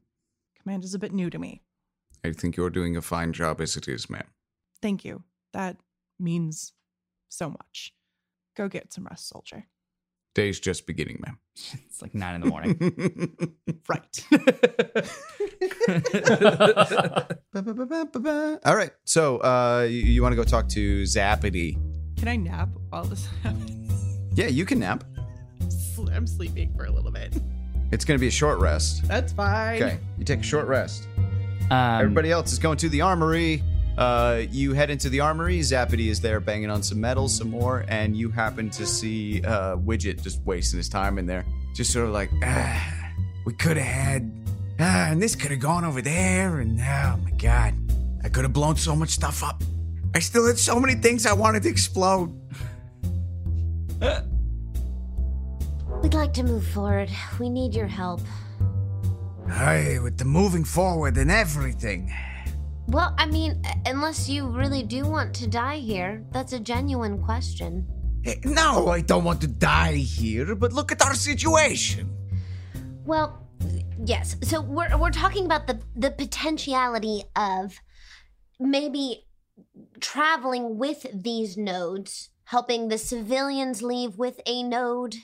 Speaker 3: Command is a bit new to me.
Speaker 9: I think you're doing a fine job as it is, ma'am.
Speaker 3: Thank you. That means so much. Go get some rest, soldier.
Speaker 9: Day's just beginning, ma'am.
Speaker 7: It's like nine in the morning.
Speaker 3: Right.
Speaker 2: "Ba-ba-ba-ba-ba." All right. So, uh, you, you want to go talk to Zappity?
Speaker 3: Can I nap while this happens?
Speaker 2: Yeah, you can nap.
Speaker 3: Sl- I'm sleeping for a little bit.
Speaker 2: It's going to be a short rest.
Speaker 3: That's fine.
Speaker 2: Okay. You take a short rest.
Speaker 7: Um,
Speaker 2: Everybody else is going to the armory. Uh, you head into the armory. Zappity is there banging on some metal, some more, and you happen to see uh, Widget just wasting his time in there.
Speaker 9: just sort of like, ah, we could have had, ah, and this could have gone over there, and oh my god, I could have blown so much stuff up. I still had so many things I wanted to explode.
Speaker 5: We'd like to move forward. We need your help.
Speaker 9: Hey, with the moving forward and everything.
Speaker 5: Well, I mean, uh, unless you really do want to die here, that's a genuine question.
Speaker 9: Eh, No, I don't want to die here, but look at our situation.
Speaker 5: Well, yes. So we're we're talking about the the potentiality of maybe traveling with these nodes, helping the civilians leave with a node.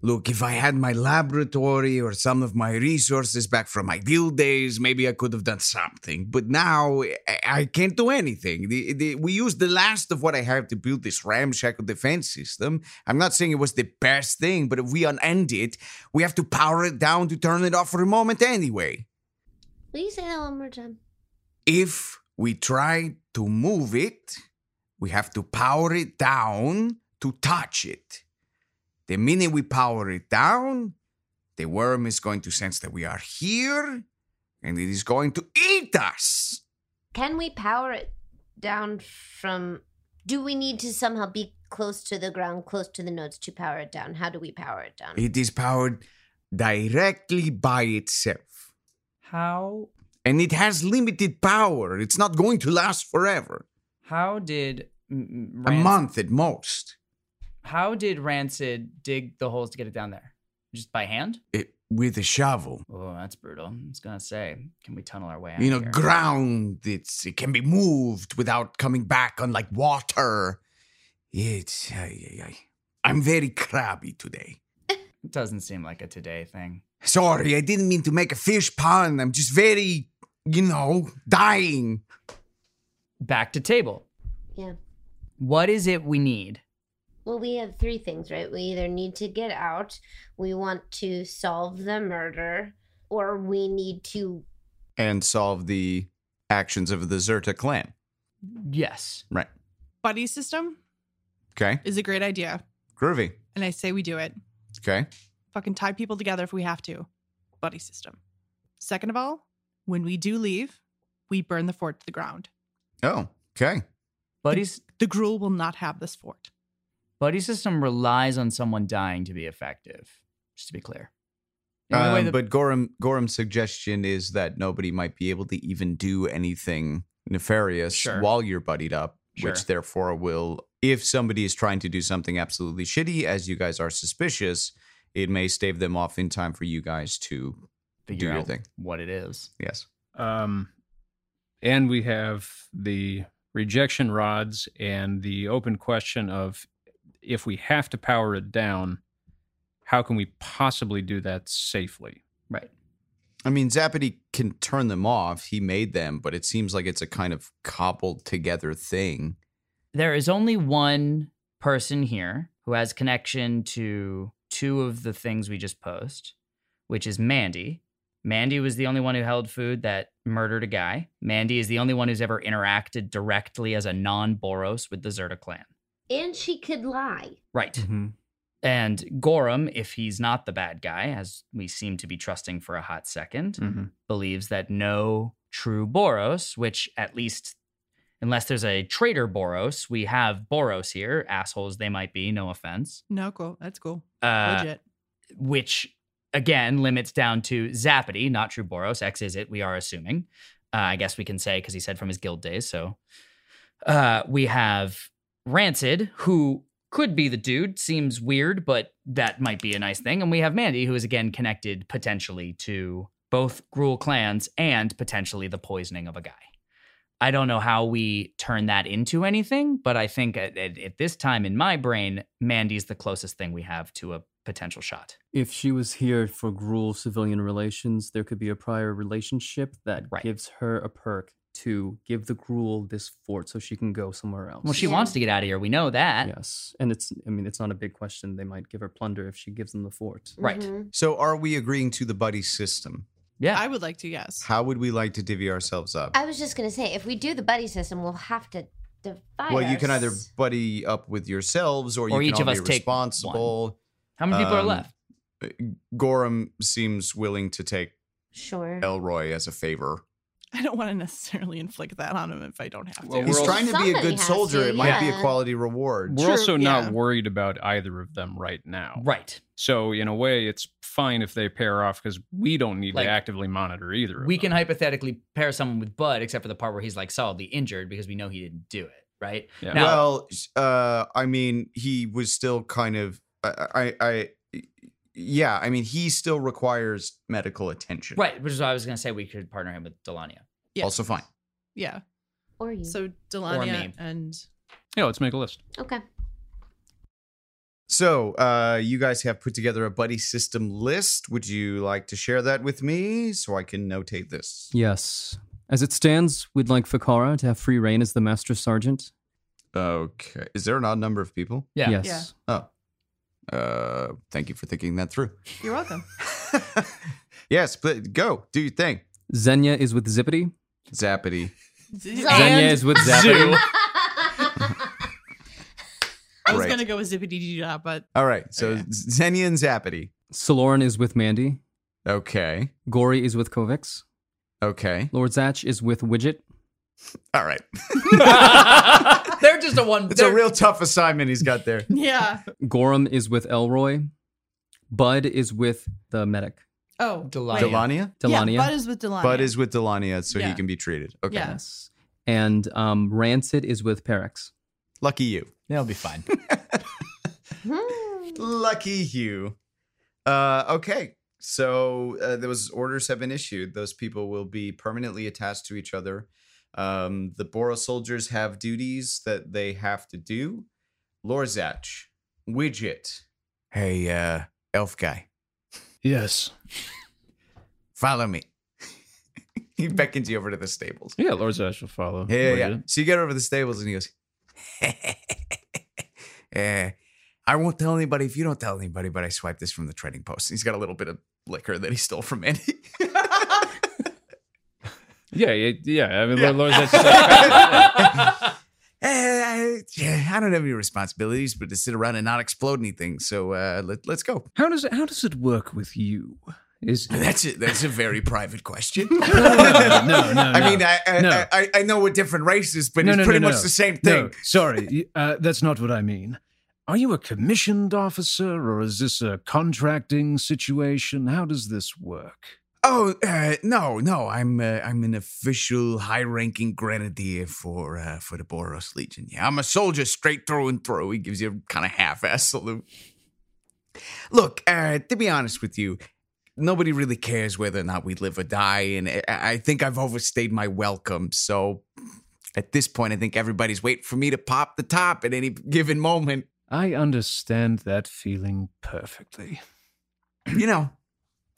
Speaker 9: Look, if I had my laboratory or some of my resources back from my guild days, maybe I could have done something. But now I, I can't do anything. The, the, we used the last of what I have to build this ramshackle defense system. I'm not saying it was the best thing, but if we unend it, we have to power it down to turn it off for a moment anyway.
Speaker 5: Will you say that one more time?
Speaker 9: If we try to move it, we have to power it down to touch it. The minute we power it down, the worm is going to sense that we are here and it is going to eat us.
Speaker 5: Can we power it down from? Do we need to somehow be close to the ground, close to the nodes to power it down? How do we power it down?
Speaker 9: It is powered directly by itself.
Speaker 7: how
Speaker 9: And it has limited power. It's not going to last forever.
Speaker 7: how did mm, mm,
Speaker 9: A
Speaker 7: Ranc-
Speaker 9: month at most.
Speaker 7: How did Rancid dig the holes to get it down there? Just by hand?
Speaker 9: It, with a shovel.
Speaker 7: Oh, that's brutal. I was gonna say, can we tunnel our way out?
Speaker 9: you know,
Speaker 7: here?
Speaker 9: ground. It's it can be moved without coming back on like water. It's ay, ay, ay. I'm very crabby today.
Speaker 7: It doesn't seem like a today thing.
Speaker 9: Sorry, I didn't mean to make a fish pun. I'm just very, you know, dying.
Speaker 7: Back to table.
Speaker 5: Yeah.
Speaker 7: What is it we need?
Speaker 5: Well, we have three things, right? We either need to get out, we want to solve the murder, or we need to.
Speaker 2: and solve the actions of the Zerta clan.
Speaker 7: Yes.
Speaker 2: Right.
Speaker 3: Buddy system
Speaker 2: Okay.
Speaker 3: is a great idea.
Speaker 2: Groovy.
Speaker 3: And I say we do it.
Speaker 2: Okay.
Speaker 3: Fucking tie people together if we have to. Buddy system. Second of all, when we do leave, we burn the fort to the ground.
Speaker 2: Oh, okay.
Speaker 7: Buddy's
Speaker 3: The gruel will not have this fort.
Speaker 7: buddy system relies on someone dying to be effective. Just to be clear. The only way
Speaker 2: Um,
Speaker 7: that-
Speaker 2: but Gorham Gorham's suggestion is that nobody might be able to even do anything nefarious
Speaker 7: Sure.
Speaker 2: while you're buddied up,
Speaker 7: Sure.
Speaker 2: which therefore will, if somebody is trying to do something absolutely shitty, as you guys are suspicious, it may stave them off in time for you guys to
Speaker 7: figure
Speaker 2: your
Speaker 7: out
Speaker 2: thing.
Speaker 7: what it is.
Speaker 2: yes.
Speaker 4: Um, and we have the rejection rods and the open question of if we have to power it down, how can we possibly do that safely?
Speaker 1: Right.
Speaker 2: I mean, Zappity can turn them off. He made them, but it seems like it's a kind of cobbled together thing.
Speaker 1: There is only one person here who has connection to two of the things we just posed, which is Mandy. Mandy was the only one who held food that murdered a guy. Mandy is the only one who's ever interacted directly as a non Boros with the Zerta clan.
Speaker 5: And she could lie.
Speaker 1: Right.
Speaker 8: Mhm.
Speaker 1: And Gorham, if he's not the bad guy, as we seem to be trusting for a hot 2nd believes that no true Boros, which at least unless there's a traitor Boros, we have Boros here, assholes they might be, no offense.
Speaker 3: No, cool. That's cool.
Speaker 1: Uh,
Speaker 3: Legit.
Speaker 1: which again limits down to Zappity, not true Boros. X is it, we are assuming. Uh, I guess we can say because he said from his guild days. So uh, we have Rancid, who could be the dude, seems weird, but that might be a nice thing. And we have Mandy, who is again connected potentially to both Gruul clans and potentially the poisoning of a guy. I don't know how we turn that into anything, but I think at, at, at this time in my brain, Mandy's the closest thing we have to a potential shot.
Speaker 8: If she was here for gruel civilian relations, there could be a prior relationship that
Speaker 1: Right.
Speaker 8: gives her a perk to give the gruel this fort so she can go somewhere else.
Speaker 1: Well, she
Speaker 5: Yeah.
Speaker 1: wants to get out of here. We know that.
Speaker 8: yes, and it's I mean it's not a big question. They might give her plunder if she gives them the fort.
Speaker 1: Right.
Speaker 5: Mhm.
Speaker 2: So, are we agreeing to the buddy system?
Speaker 1: Yeah.
Speaker 3: I would like to, yes.
Speaker 2: How would we like to divvy ourselves up?
Speaker 5: I was just gonna say, if we do the buddy system, we'll have to divide.
Speaker 2: well, you can either
Speaker 5: ours.
Speaker 2: buddy up with yourselves, or,
Speaker 1: Or
Speaker 2: you
Speaker 1: each
Speaker 2: can
Speaker 1: of
Speaker 2: all
Speaker 1: us
Speaker 2: be
Speaker 1: take
Speaker 2: responsible.
Speaker 1: How many people are
Speaker 2: Um,
Speaker 1: left?
Speaker 2: Gorham seems willing to take
Speaker 5: Sure.
Speaker 2: Elroy as a favor.
Speaker 3: I don't want to necessarily inflict that on him if I don't have to.
Speaker 4: Well, We're
Speaker 2: He's
Speaker 4: all-
Speaker 2: trying to be a
Speaker 5: Somebody
Speaker 2: good
Speaker 5: has
Speaker 2: soldier.
Speaker 5: to,
Speaker 2: it might be a
Speaker 5: yeah.
Speaker 2: quality reward.
Speaker 4: We're
Speaker 3: True,
Speaker 4: also not
Speaker 3: yeah.
Speaker 4: worried about either of them right now.
Speaker 1: Right.
Speaker 4: So in a way, it's fine if they pair off because we don't need
Speaker 1: Like,
Speaker 4: to actively monitor either. Of
Speaker 1: We can
Speaker 4: them.
Speaker 1: hypothetically pair someone with Bud, except for the part where he's like solidly injured because we know he didn't do it. Right.
Speaker 4: Yeah.
Speaker 1: Now,
Speaker 2: well, uh, I mean, he was still kind of. I, I, I, yeah. I mean, he still requires medical attention.
Speaker 1: right. Which is why I was going to say we could partner him with Delania.
Speaker 3: Yes.
Speaker 2: Also fine.
Speaker 3: Yeah.
Speaker 5: Mm. Or you.
Speaker 3: So
Speaker 1: me.
Speaker 3: Delania and
Speaker 4: yeah, let's make a list.
Speaker 5: okay.
Speaker 2: So, uh, you guys have put together a buddy system list. Would you like to share that with me so I can notate this?
Speaker 8: Yes. As it stands, we'd like Fakara to have free reign as the master sergeant.
Speaker 2: Okay. Is there an odd number of people?
Speaker 1: Yeah.
Speaker 8: Yes.
Speaker 3: Yeah.
Speaker 2: Oh. Uh, thank you for thinking that through.
Speaker 3: you're welcome.
Speaker 2: yes, but go do your thing,
Speaker 8: Xenia is with Zippity.
Speaker 2: Zappity.
Speaker 5: And
Speaker 8: Xenia is with Zappity.
Speaker 3: I was
Speaker 2: Right.
Speaker 3: gonna go with zippity doo but
Speaker 2: All right, so
Speaker 3: Okay.
Speaker 2: Xenia and Zappity.
Speaker 8: Saloran is with Mandy.
Speaker 2: Okay,
Speaker 8: Gory is with Kovacs.
Speaker 2: okay,
Speaker 8: Lord Zatch is with Widget.
Speaker 2: all right.
Speaker 1: they're just a one.
Speaker 2: It's a real tough assignment he's got there.
Speaker 3: yeah.
Speaker 8: Gorham is with Elroy. Bud is with the medic.
Speaker 3: Oh,
Speaker 1: Delania.
Speaker 3: wait.
Speaker 2: Delania,
Speaker 8: Delania.
Speaker 3: Yeah, Bud is with Delania.
Speaker 2: Bud is with Delania, so he
Speaker 3: Yeah.
Speaker 2: can be treated. Okay,
Speaker 3: Yeah.
Speaker 8: yes. And um, Rancid is with Perex.
Speaker 2: lucky you.
Speaker 1: They'll be fine.
Speaker 5: Hmm.
Speaker 2: Lucky you. Uh, okay. So uh, those orders have been issued. Those people will be permanently attached to each other. Um, the Boros soldiers have duties that they have to do. Lorzach, Widget. Hey, uh, elf guy,
Speaker 4: Yes.
Speaker 2: follow me. he beckons you over to the stables.
Speaker 4: Yeah, Lord Zash will follow.
Speaker 2: Yeah, yeah, yeah.
Speaker 4: Widget.
Speaker 2: So you get over to the stables and he goes,
Speaker 9: Eh, I won't tell anybody if you don't tell anybody, but I swiped this from the trading post.
Speaker 2: he's got a little bit of liquor that he stole from Andy.
Speaker 4: Yeah, yeah, yeah. I mean,
Speaker 2: Yeah.
Speaker 4: Lord Zash. is like-
Speaker 9: Eh, I, yeah, I don't have any responsibilities but to sit around and not explode anything. So uh, let, let's go.
Speaker 4: how does it, how does it work with you? Is
Speaker 9: That's it. That's a very private question.
Speaker 4: no, no, no.
Speaker 9: I mean, I I,
Speaker 4: No.
Speaker 9: I I I know we're different races, but
Speaker 4: No,
Speaker 9: it's
Speaker 4: no, no,
Speaker 9: pretty
Speaker 4: no,
Speaker 9: much
Speaker 4: no.
Speaker 9: the same thing.
Speaker 4: No, sorry, you- uh, that's not what I mean. Are you a commissioned officer or is this a contracting situation? How does this work?
Speaker 9: Oh uh, no, no, I'm uh, I'm an official high-ranking grenadier for uh, for the Boros Legion. Yeah, I'm a soldier straight through and through. He gives you a kind of half-ass salute. Look, uh, to be honest with you, nobody really cares whether or not we live or die. And I, I think I've overstayed my welcome. So at this point, I think everybody's waiting for me to pop the top at any given moment.
Speaker 4: I understand that feeling perfectly.
Speaker 9: You know,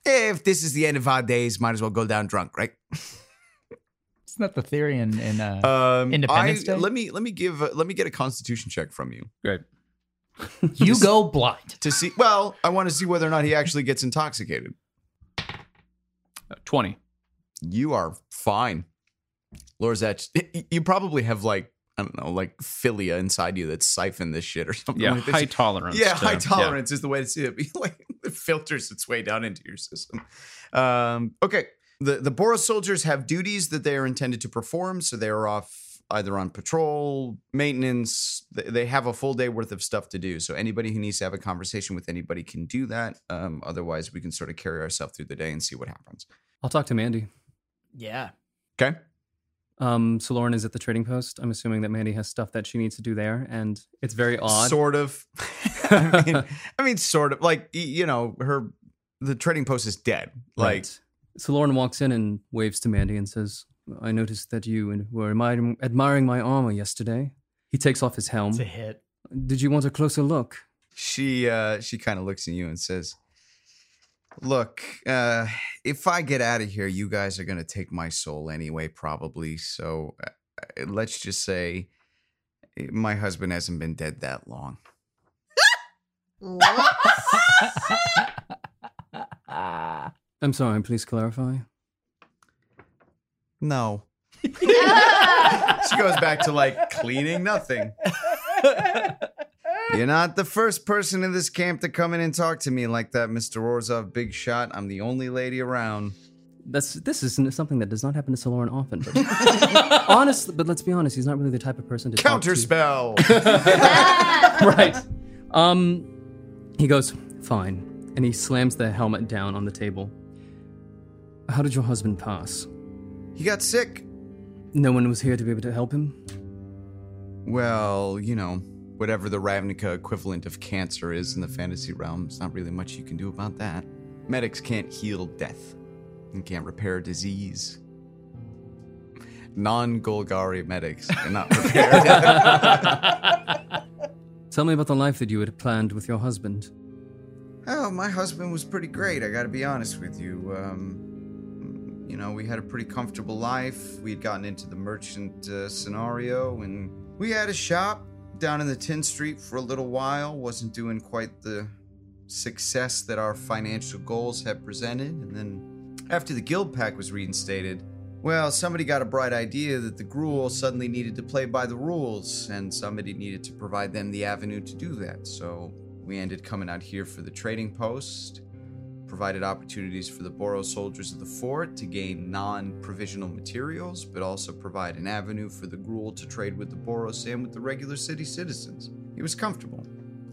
Speaker 9: if this is the end of our days, might as well go down drunk, right?
Speaker 7: Isn't that the theory in, in uh,
Speaker 9: Oh,
Speaker 2: Um,
Speaker 7: Independence
Speaker 2: I-
Speaker 7: Day?
Speaker 2: Let me let me give uh, let me get a Constitution check from you
Speaker 4: Great.
Speaker 7: You Go Blind?
Speaker 2: to see. Well, I want to see whether or not he actually gets intoxicated.
Speaker 4: Uh, 20.
Speaker 2: You are fine, Lorzach. You probably have like I don't know, like philia inside you that's siphoned this shit or something
Speaker 4: Yeah,
Speaker 2: like this.
Speaker 4: high tolerance.
Speaker 2: yeah,
Speaker 4: to-
Speaker 2: high tolerance is the way to see it. like it filters its way down into your system. Um, okay. The the Boros soldiers have duties that they are intended to perform, so they are off either on patrol, maintenance. They, they have a full day worth of stuff to do. So anybody who needs to have a conversation with anybody can do that. Um, otherwise, we can sort of carry ourselves through the day and see what happens.
Speaker 8: I'll talk to Mandy.
Speaker 7: Yeah.
Speaker 2: Okay.
Speaker 8: Um, so Lauren is at the trading post. I'm assuming that Mandy has stuff that she needs to do there, and it's very odd.
Speaker 2: Sort of. I mean, I mean, sort of. Like y- you know, her the trading post is dead. Like.
Speaker 8: Right. so Lauren walks in and waves to Mandy and says, "I noticed that you were admiring, admiring my armor yesterday." He takes off his helm.
Speaker 7: hit.
Speaker 8: Did you want a closer look?
Speaker 2: she uh she kind of looks at you and says look uh if i get out of here you guys are gonna take my soul anyway probably so uh, uh, let's just say uh, my husband hasn't been dead that long
Speaker 8: I'm sorry. Please clarify.
Speaker 2: no she goes back to like cleaning nothing you're not the first person in this camp to come in and talk to me like that mr orzov big shot i'm the only lady around
Speaker 8: That's this isn't something that does not happen to Soloran often. But honestly, but let's be honest, he's not really the type of person to talk to-
Speaker 2: counterspell
Speaker 8: right. Um, he goes fine, and he slams the helmet down on the table. How did your husband pass?
Speaker 2: he got sick
Speaker 8: No one was here to be able to help him.
Speaker 2: Well, you know, whatever the Ravnica equivalent of cancer is in the fantasy realm, there's not really much you can do about that. Medics can't heal death and can't repair disease. Non Golgari medics are not prepared.
Speaker 8: Tell me about the life that you had planned with your husband.
Speaker 2: oh, my husband was pretty great, I gotta be honest with you. Um, you know, we had a pretty comfortable life. We had gotten into the merchant uh, scenario and we had a shop down in the 10th Street for a little while. Wasn't doing quite the success that our financial goals had presented. And then after the guild pack was reinstated, well, somebody got a bright idea that the Gruul suddenly needed to play by the rules, and somebody needed to provide them the avenue to do that. So we ended coming out here for the trading post, provided opportunities for the Boros soldiers of the fort to gain non provisional materials, but also provide an avenue for the Gruul to trade with the Boros and with the regular city citizens. It was comfortable.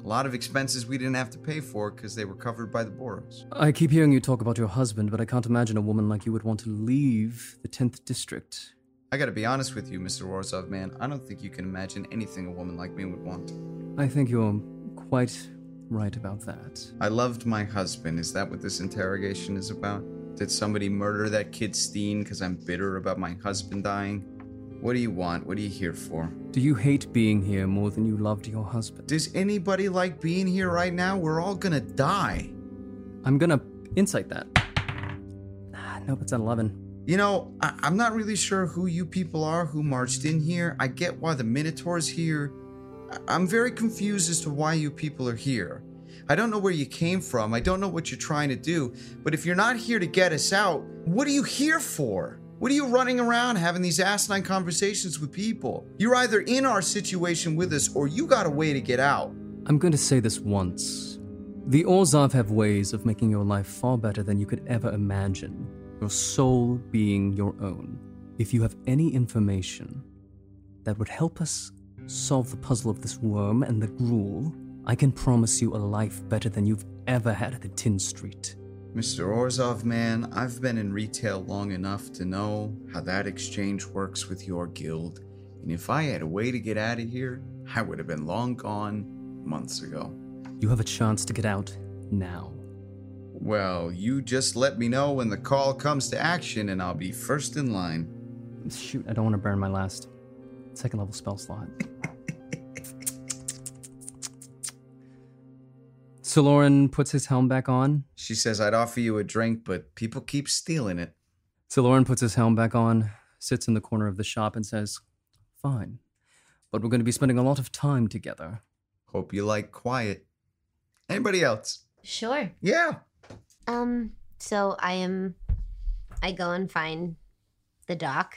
Speaker 2: A lot of expenses we didn't have to pay for because they were covered by the Boros.
Speaker 8: I keep hearing you talk about your husband, but I can't imagine a woman like you would want to leave the 10th district.
Speaker 2: I gotta be honest with you, Mr. Orzov, man. I don't think you can imagine anything a woman like me would want.
Speaker 8: I think you're quite right about that.
Speaker 2: I loved my husband. Is that what this interrogation is about? Did somebody murder that kid Steen because I'm bitter about my husband dying? What do you want? What are you here for?
Speaker 8: Do you hate being here more than you loved your husband?
Speaker 2: Does anybody like being here right now? We're all gonna die.
Speaker 8: I'm gonna insight that. Ah, nope, it's an 11.
Speaker 2: You know, Oh, I- I'm not really sure who you people are who marched in here. I get why the Minotaur's here. I- I'm very confused as to why you people are here. I don't know where you came from. I don't know what you're trying to do. But if you're not here to get us out, what are you here for? What are you running around having these asinine conversations with people? You're either in our situation with us or you got a way to get out.
Speaker 8: I'm going to say this once. The Orzav have ways of making your life far better than you could ever imagine, your soul being your own. If you have any information that would help us solve the puzzle of this worm and the gruel, I can promise you a life better than you've ever had at the Tin Street.
Speaker 2: Mr. Orzov, man, I've been in retail long enough to know how that exchange works with your guild. And if I had a way to get out of here, I would have been long gone months ago.
Speaker 8: You have a chance to get out now.
Speaker 2: Well, you just let me know when the call comes to action and I'll be first in line.
Speaker 8: Shoot, I don't want to burn my last second level spell slot. so Lauren puts his helm back on.
Speaker 2: She says, I'd offer you a drink, but people keep stealing it.
Speaker 8: So Lauren puts his helm back on, sits in the corner of the shop, and says, Fine, but we're going to be spending a lot of time together.
Speaker 2: Hope you like quiet. Anybody else?
Speaker 5: Sure.
Speaker 2: Yeah.
Speaker 5: Um, so I am I go and find the doc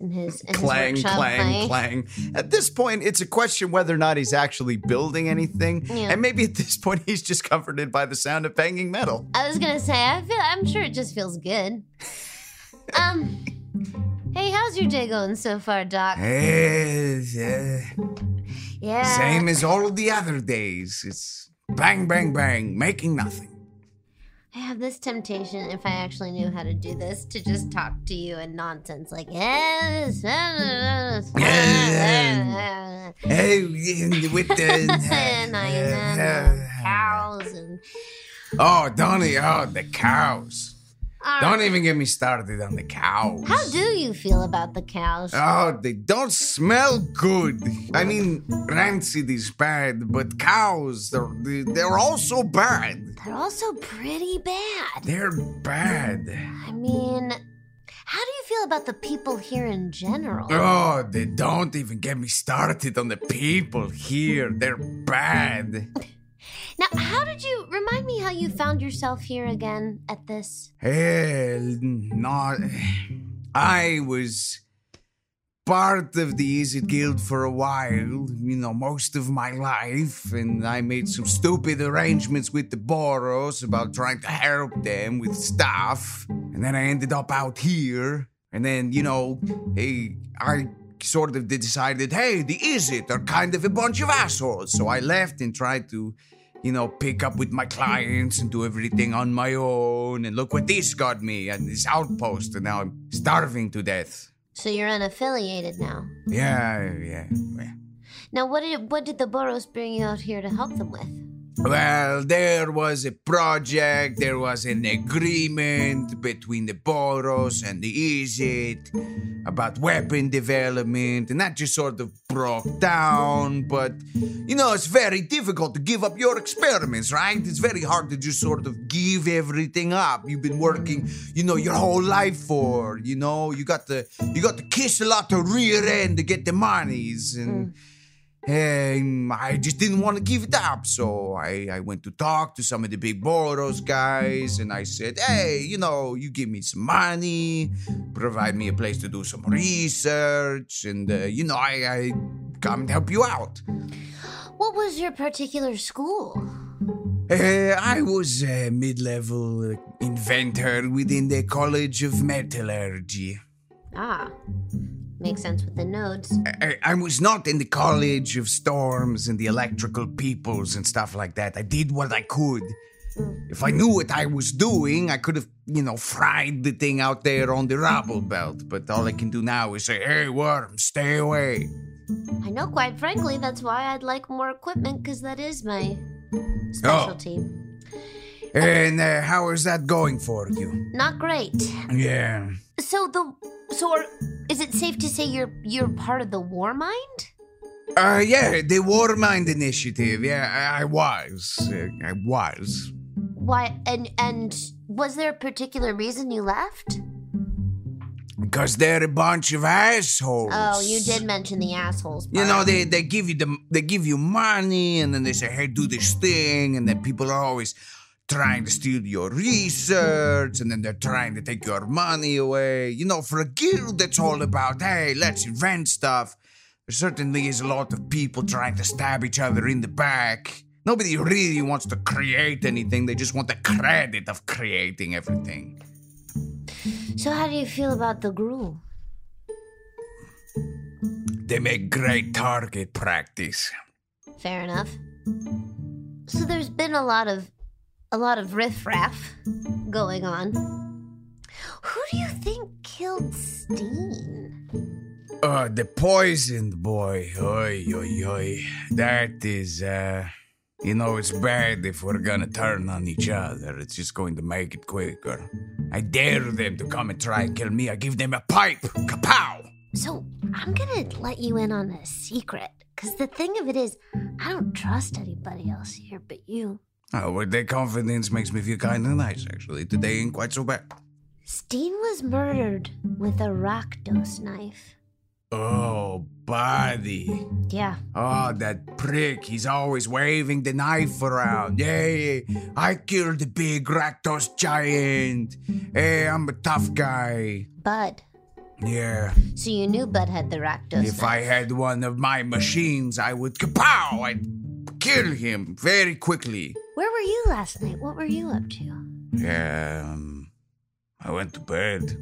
Speaker 5: and his and
Speaker 2: clang,
Speaker 5: his workshop
Speaker 2: clang,
Speaker 5: playing.
Speaker 2: clang. At this point, it's a question whether or not he's actually building anything,
Speaker 5: Yeah.
Speaker 2: and maybe at this point he's just comforted by the sound of banging metal.
Speaker 5: I was gonna say I feel I'm sure it just feels good. Um Hey, how's your day going so far, Doc?
Speaker 9: Eh, eh,
Speaker 5: Yeah.
Speaker 9: Same as all the other days. It's bang, bang, bang, making nothing.
Speaker 5: I have this temptation, if I actually knew how to do this, to just talk to you in nonsense like, yes, cows
Speaker 9: Eh, eh, with the
Speaker 5: and
Speaker 9: oh, Donnie, oh, the cows.
Speaker 5: All
Speaker 9: Don't
Speaker 5: right.
Speaker 9: even get me started on the cows.
Speaker 5: How do you feel about the cows?
Speaker 9: Oh, they don't smell good. I mean, rancid is bad, but cows, they're, they're also bad.
Speaker 5: They're also pretty bad.
Speaker 9: They're bad.
Speaker 5: I mean, how do you feel about the people here in general?
Speaker 9: Oh, they don't even get me started on the people here. They're bad.
Speaker 5: Now, how did you remind me how you found yourself here again at this?
Speaker 9: Hell, not. I was part of the Izzet Guild for a while, you know, most of my life, and I made some stupid arrangements with the Boros about trying to help them with stuff, and then I ended up out here, and then, you know, hey, I sort of decided, hey, the Izzet are kind of a bunch of assholes, so I left and tried to you know, pick up with my clients and do everything on my own. And look what this got me and this outpost. And now I'm starving to death.
Speaker 5: So you're unaffiliated now.
Speaker 9: Yeah, yeah, yeah.
Speaker 5: Now, what did what did the Boros bring you out here to help them with?
Speaker 9: Well, there was a project, there was an agreement between the Boros and the Izzet about weapon development, and that just sort of broke down. But, you know, it's very difficult to give up your experiments, right? It's very hard to just sort of give everything up. You've been working, you know, your whole life for, you know, you got to, you got to kiss a lot of rear end to get the monies and... Um, I just didn't want to give it up, so I, I went to talk to some of the big Boros guys, and I said, "Hey, you know, you give me some money, provide me a place to do some research, and uh, you know, I, I come and help you out."
Speaker 5: What was your particular school?
Speaker 9: Uh, I was a mid-level inventor within the College of Metallurgy.
Speaker 5: Ah, makes sense with the nodes.
Speaker 9: I, I was not in the College of Storms and the Electrical Peoples and stuff like that. I did what I could. If I knew what I was doing, I could have, you know, fried the thing out there on the rubble belt. But all I can do now is say, hey, worm, stay away.
Speaker 5: I know, quite frankly, that's why I'd like more equipment because that is my specialty.
Speaker 9: Oh. And uh, how is that going for you?
Speaker 5: Not great.
Speaker 9: Yeah.
Speaker 5: So the so are, is it safe to say you're you're part of the war mind?
Speaker 9: Uh, yeah, the War Mind Initiative. Yeah, I, I was. Uh, I was.
Speaker 5: Why and and was there a particular reason you left?
Speaker 9: Because they're a bunch of assholes.
Speaker 5: Oh, you did mention the assholes.
Speaker 9: You
Speaker 5: part.
Speaker 9: know, they, they give you the they give you money, and then they say, "Hey, do this thing," and then people are always trying to steal your research, and then they're trying to take your money away. You know, for a guild that's all about, "Hey, let's invent stuff." There certainly is a lot of people trying to stab each other in the back. Nobody really wants to create anything; they just want the credit of creating everything.
Speaker 5: So how do you feel about the gruel?
Speaker 9: They make great target practice.
Speaker 5: Fair enough. So there's been a lot of a lot of riffraff going on. Who do you think killed Steen?
Speaker 9: Uh, the poisoned boy. Oi, oi, oi. That is, uh. You know, it's bad if we're gonna turn on each other. It's just going to make it quicker. I dare them to come and try and kill me. I give them a pipe. Kapow!
Speaker 5: So I'm gonna let you in on a secret. Cause the thing of it is, I don't trust anybody else here but you.
Speaker 9: Oh, well, their confidence makes me feel kinda nice, actually. Today ain't quite so bad.
Speaker 5: Steen was murdered with a Rakdos knife.
Speaker 9: Oh, buddy.
Speaker 5: Yeah.
Speaker 9: Oh, that prick. He's always waving the knife around. Hey, I killed the big Rakdos giant. Hey, I'm a tough guy.
Speaker 5: Bud.
Speaker 9: Yeah.
Speaker 5: So you knew Bud had the Rakdos
Speaker 9: If
Speaker 5: knife.
Speaker 9: I had one of my machines, I would kapow! I'd kill him very quickly.
Speaker 5: Where were you last night? What were you up to?
Speaker 9: Um, I went to bed.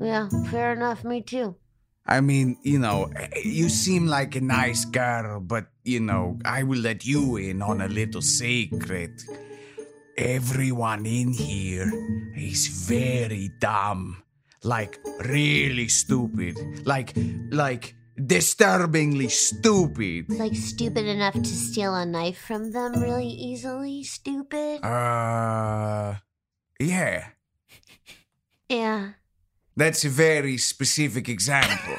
Speaker 5: Yeah, fair enough, me too.
Speaker 9: I mean, you know, you seem like a nice girl, but you know, I will let you in on a little secret. Everyone in here is very dumb. Like really stupid. Like like disturbingly stupid.
Speaker 5: Like stupid enough to steal a knife from them really easily, stupid.
Speaker 9: Uh yeah.
Speaker 5: Yeah.
Speaker 9: That's a very specific example.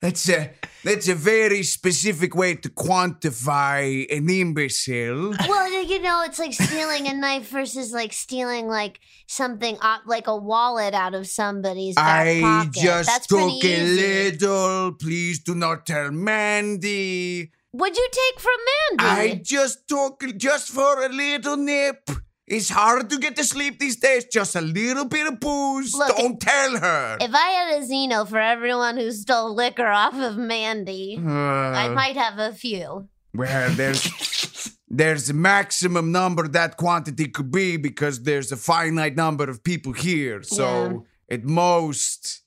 Speaker 9: that's a that's a very specific way to quantify an imbecile.
Speaker 5: Well, you know, it's like stealing a knife versus like stealing like something o- like a wallet out of somebody's back
Speaker 9: I
Speaker 5: pocket.
Speaker 9: just
Speaker 5: That's pretty
Speaker 9: took a
Speaker 5: easy.
Speaker 9: little. Please do not tell Mandy.
Speaker 5: What'd you take from
Speaker 9: I
Speaker 5: Mandy?
Speaker 9: just took just for a little nip. It's hard to get to sleep these days. Just a little bit of booze.
Speaker 5: Look,
Speaker 9: Don't tell her.
Speaker 5: if I had a Xeno for everyone who stole liquor off of Mandy, I
Speaker 9: Uh.
Speaker 5: might have a few.
Speaker 2: Uh,
Speaker 9: where there's there's a maximum number that quantity could be because there's a finite number of people here. So at most,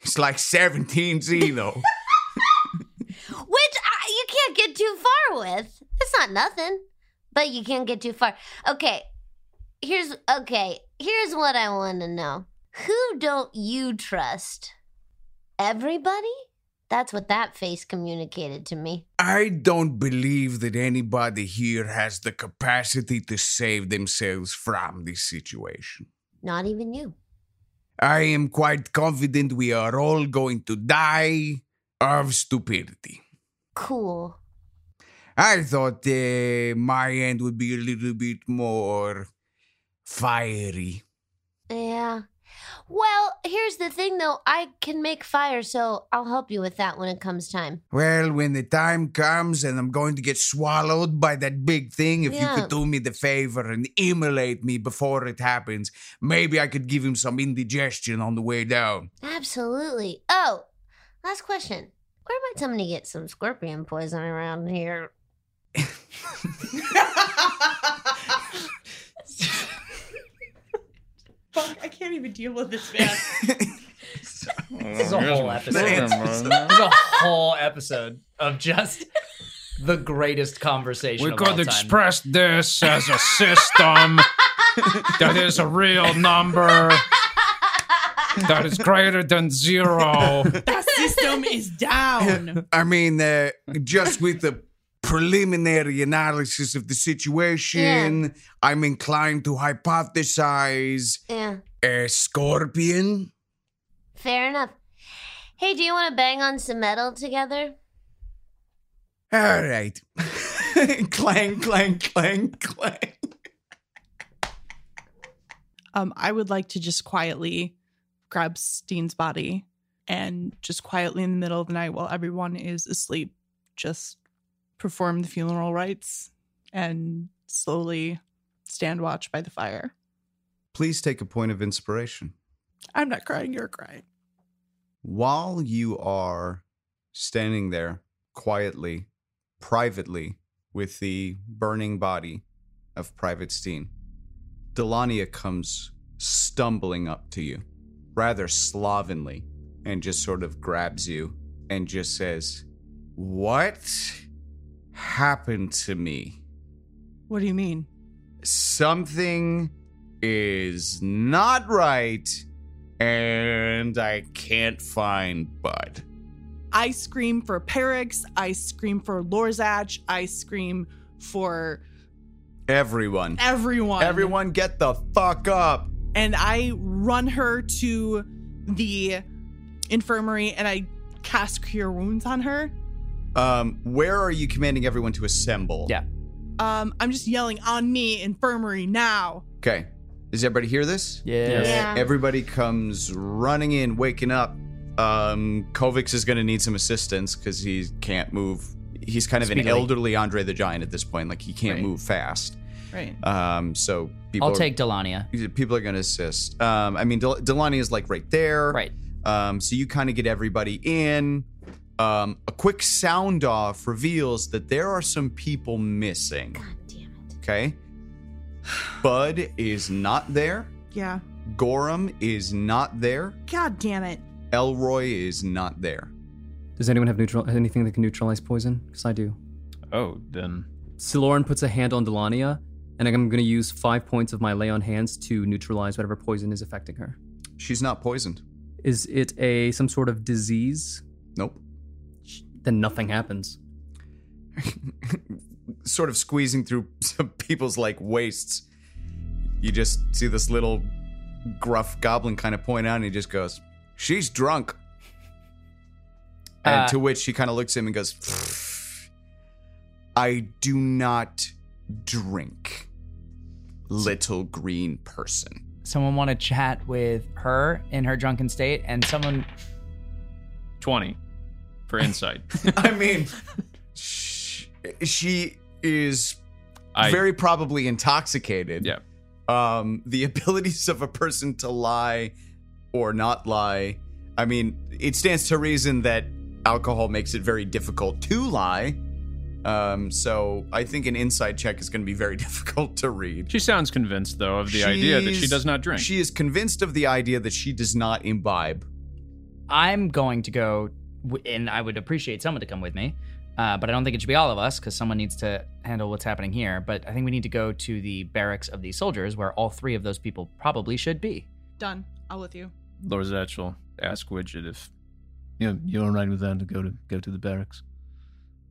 Speaker 9: it's like 17 zero.
Speaker 5: Which I, you can't get too far with. It's not nothing, but you can't get too far. Okay, here's okay. Here's what I want to know: Who don't you trust? Everybody? That's what that face communicated to me.
Speaker 9: I don't believe that anybody here has the capacity to save themselves from this situation.
Speaker 5: Not even you.
Speaker 9: I am quite confident we are all going to die of stupidity.
Speaker 5: Cool.
Speaker 9: I thought uh, my end would be a little bit more fiery.
Speaker 5: Yeah. Well, here's the thing though. I can make fire, so I'll help you with that when it comes time.
Speaker 9: Well, when the time comes and I'm going to get swallowed by that big thing, if you
Speaker 5: Yeah.
Speaker 9: could do me the favor and immolate me before it happens, maybe I could give him some indigestion on the way down.
Speaker 5: Absolutely. Oh, last question. Where might somebody get some scorpion poison around here?
Speaker 3: Fuck, I can't even deal with this man.
Speaker 7: This is a whole episode.
Speaker 4: episode.
Speaker 7: This is a whole episode of just the greatest conversation.
Speaker 6: We
Speaker 7: of all
Speaker 6: could
Speaker 7: time.
Speaker 6: express this as a system that is a real number that is greater than zero.
Speaker 3: that system is down.
Speaker 9: I mean, uh, just with the preliminary analysis of the situation, I'm inclined to hypothesize
Speaker 5: Yeah,
Speaker 9: a scorpion.
Speaker 5: fair enough. Hey, do you want to bang on some metal together?
Speaker 9: All right. clang, clang, clang, clang.
Speaker 3: Um, I would like to just quietly grab Steen's body and just quietly in the middle of the night while everyone is asleep, just perform the funeral rites and slowly stand watch by the fire.
Speaker 2: Please take a point of inspiration.
Speaker 3: I'm not crying, you're crying.
Speaker 2: While you are standing there quietly, privately, with the burning body of Private Steen, Delania comes stumbling up to you, rather slovenly, and just sort of grabs you and just says,
Speaker 9: What happened to me?
Speaker 3: What do you mean?
Speaker 9: Something is not right, and I can't find Bud.
Speaker 3: I scream for Perix. I scream for Lorzach. I scream for
Speaker 2: Everyone.
Speaker 3: everyone.
Speaker 2: Everyone get the fuck up.
Speaker 3: And I run her to the infirmary and I cast Cure Wounds on her.
Speaker 2: Um, where are you commanding everyone to assemble?
Speaker 7: Yeah.
Speaker 3: Um, I'm just yelling on me, infirmary now.
Speaker 2: Okay. Does everybody hear this?
Speaker 7: Yeah.
Speaker 5: Yeah.
Speaker 2: Everybody comes running in, waking up. Um, Kovacs is going to need some assistance because he can't move. He's kind of an
Speaker 7: Speedily.
Speaker 2: elderly Andre the Giant at this point. Like he can't
Speaker 7: Right.
Speaker 2: move fast.
Speaker 3: Right.
Speaker 2: Um, so people
Speaker 7: I'll
Speaker 2: are-
Speaker 7: take Delania.
Speaker 2: people are going to assist. Um, I mean, Del- Delani is like right there.
Speaker 7: Right.
Speaker 2: Um, so you kind of get everybody in. Um, a quick sound off reveals that there are some people missing.
Speaker 5: God damn it.
Speaker 2: Okay. Bud is not there.
Speaker 3: Yeah.
Speaker 2: Gorham is not there.
Speaker 3: God damn it.
Speaker 2: Elroy is not there.
Speaker 8: Does anyone have neutral anything that can neutralize poison? Because I do.
Speaker 4: Oh, then
Speaker 8: Siloran puts a hand on Delania, and I'm going to use five points of my lay on hands to neutralize whatever poison is affecting her.
Speaker 2: She's not poisoned.
Speaker 8: Is it a some sort of disease?
Speaker 2: Nope.
Speaker 8: Then nothing happens.
Speaker 2: Sort of squeezing through some people's like waists. You just see this little gruff goblin kind of point out and he just goes, She's drunk. And
Speaker 7: Uh,
Speaker 2: to which she kind of looks at him and goes, I do not drink, little green person.
Speaker 7: Someone want to chat with her in her drunken state, and someone.
Speaker 4: 20 for insight.
Speaker 2: I mean, sh- she is
Speaker 4: I,
Speaker 2: very probably intoxicated.
Speaker 4: Yeah.
Speaker 2: Um, the abilities of a person to lie or not lie. I mean, it stands to reason that alcohol makes it very difficult to lie. Um, so I think an inside check is going to be very difficult to read.
Speaker 4: she sounds convinced, though, of the idea that she
Speaker 2: She's-
Speaker 4: does not drink.
Speaker 2: She is convinced of the idea that she does not imbibe.
Speaker 7: I'm going to go, w- and I would appreciate someone to come with me, uh, but I don't think it should be all of us because someone needs to handle what's happening here. But I think we need to go to the barracks of the soldiers where all three of those people probably should be.
Speaker 3: Done. I'll with you.
Speaker 4: Lord Zatch will ask Widget if you you're all right with that to go to go to the barracks.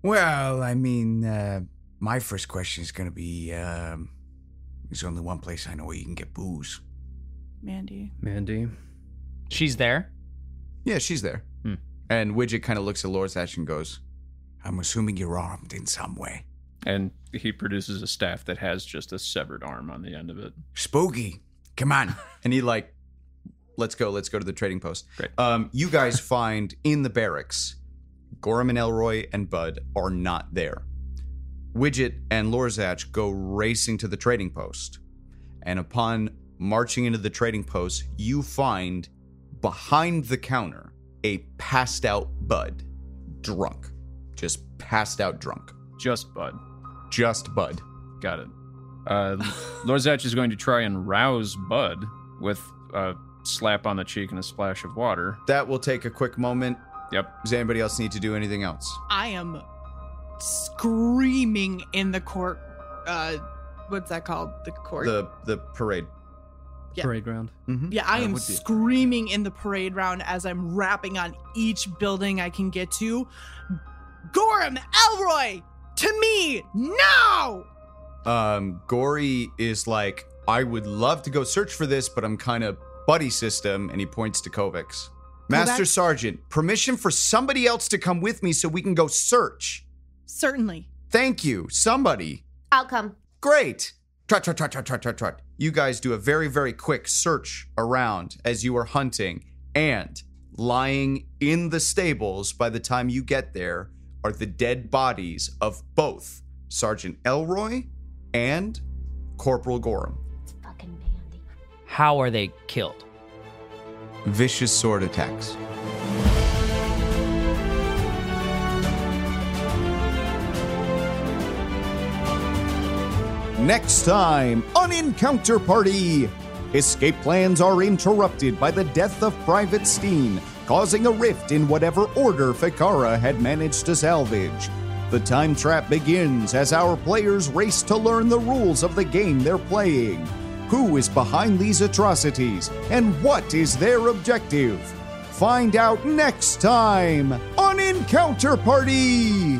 Speaker 9: Well, I mean, uh, my first question is going to be um, there's only one place I know where you can get booze.
Speaker 3: Mandy.
Speaker 8: Mandy.
Speaker 7: She's there.
Speaker 2: Yeah, she's there.
Speaker 7: Hmm.
Speaker 2: And Widget kind of looks at Lorzach and goes,
Speaker 9: I'm assuming you're armed in some way.
Speaker 4: And he produces a staff that has just a severed arm on the end of it.
Speaker 9: Spooky. Come on.
Speaker 2: and he like let's go let's go to the trading post
Speaker 4: Great.
Speaker 2: um you guys find in the barracks gorham and elroy and bud are not there widget and lorzach go racing to the trading post and upon marching into the trading post you find behind the counter a passed out bud drunk just passed out drunk
Speaker 4: Just Bud.
Speaker 2: just bud
Speaker 4: Got it. Uh, Lord Zatch is going to try and rouse Bud with a slap on the cheek and a splash of water.
Speaker 2: that will take a quick moment
Speaker 4: Yep.
Speaker 2: does anybody else need to do anything else
Speaker 3: I am screaming in the court. Uh, what's that called? The court.
Speaker 2: the the parade
Speaker 3: Yeah.
Speaker 8: Parade ground.
Speaker 2: mm-hmm.
Speaker 3: yeah, I
Speaker 2: Uh,
Speaker 3: am
Speaker 2: would be-
Speaker 3: screaming in the parade round as I'm rapping on each building I can get to. Gorham, Elroy, to me now!
Speaker 2: um, Gory is like, I would love to go search for this, but I'm kind of buddy system, and he points to Kovacs. Master
Speaker 3: Kovacs?
Speaker 2: Sergeant, permission for somebody else to come with me so we can go search.
Speaker 3: Certainly.
Speaker 2: Thank you, somebody.
Speaker 5: Outcome.
Speaker 2: Great. Trot, trot, trot, trot, trot, trot, trot. You guys do a very, very quick search around as you are hunting and lying in the stables by the time you get there are the dead bodies of both Sergeant Elroy and Corporal Gorham.
Speaker 5: It's fucking Mandy.
Speaker 7: How are they killed?
Speaker 2: Vicious sword attacks. Next time on Encounter Party! Escape plans are interrupted by the death of Private Steen, causing a rift in whatever order Fikara had managed to salvage. The time trap begins as our players race to learn the rules of the game they're playing. Who is behind these atrocities, and what is their objective? Find out next time on Encounter!
Speaker 9: Encounter Party!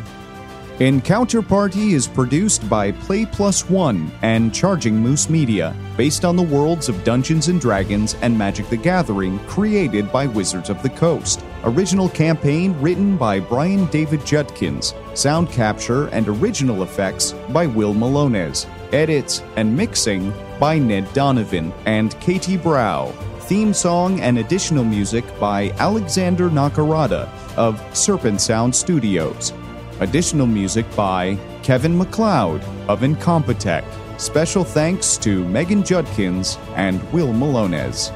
Speaker 9: Encounter Party is produced by Play Plus One and Charging Moose Media, based on the worlds of Dungeons and Dragons and Magic the Gathering, created by Wizards of the Coast. Original campaign written by Brian David Judkins, sound capture and original effects by Will Malones, edits and mixing by Ned Donovan and Katie Brow. Theme song and additional music by Alexander Nakarada of Serpent Sound Studios. Additional music by Kevin McLeod of Incompetech. Special thanks to Megan Judkins and Will Malones.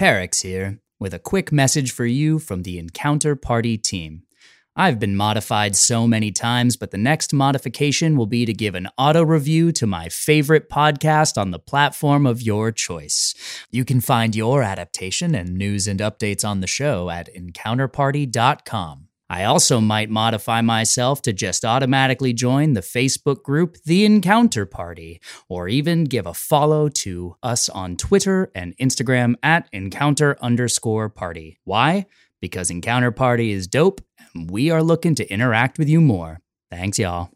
Speaker 1: Parix here with a quick message for you from the Encounter Party team. I've been modified so many times, but the next modification will be to give an auto review to my favorite podcast on the platform of your choice. You can find your adaptation and news and updates on the show at encounterparty.com. I also might modify myself to just automatically join the Facebook group The Encounter Party, or even give a follow to us on Twitter and Instagram at encounter underscore party. Why? Because Encounter Party is dope and we are looking to interact with you more. Thanks, y'all.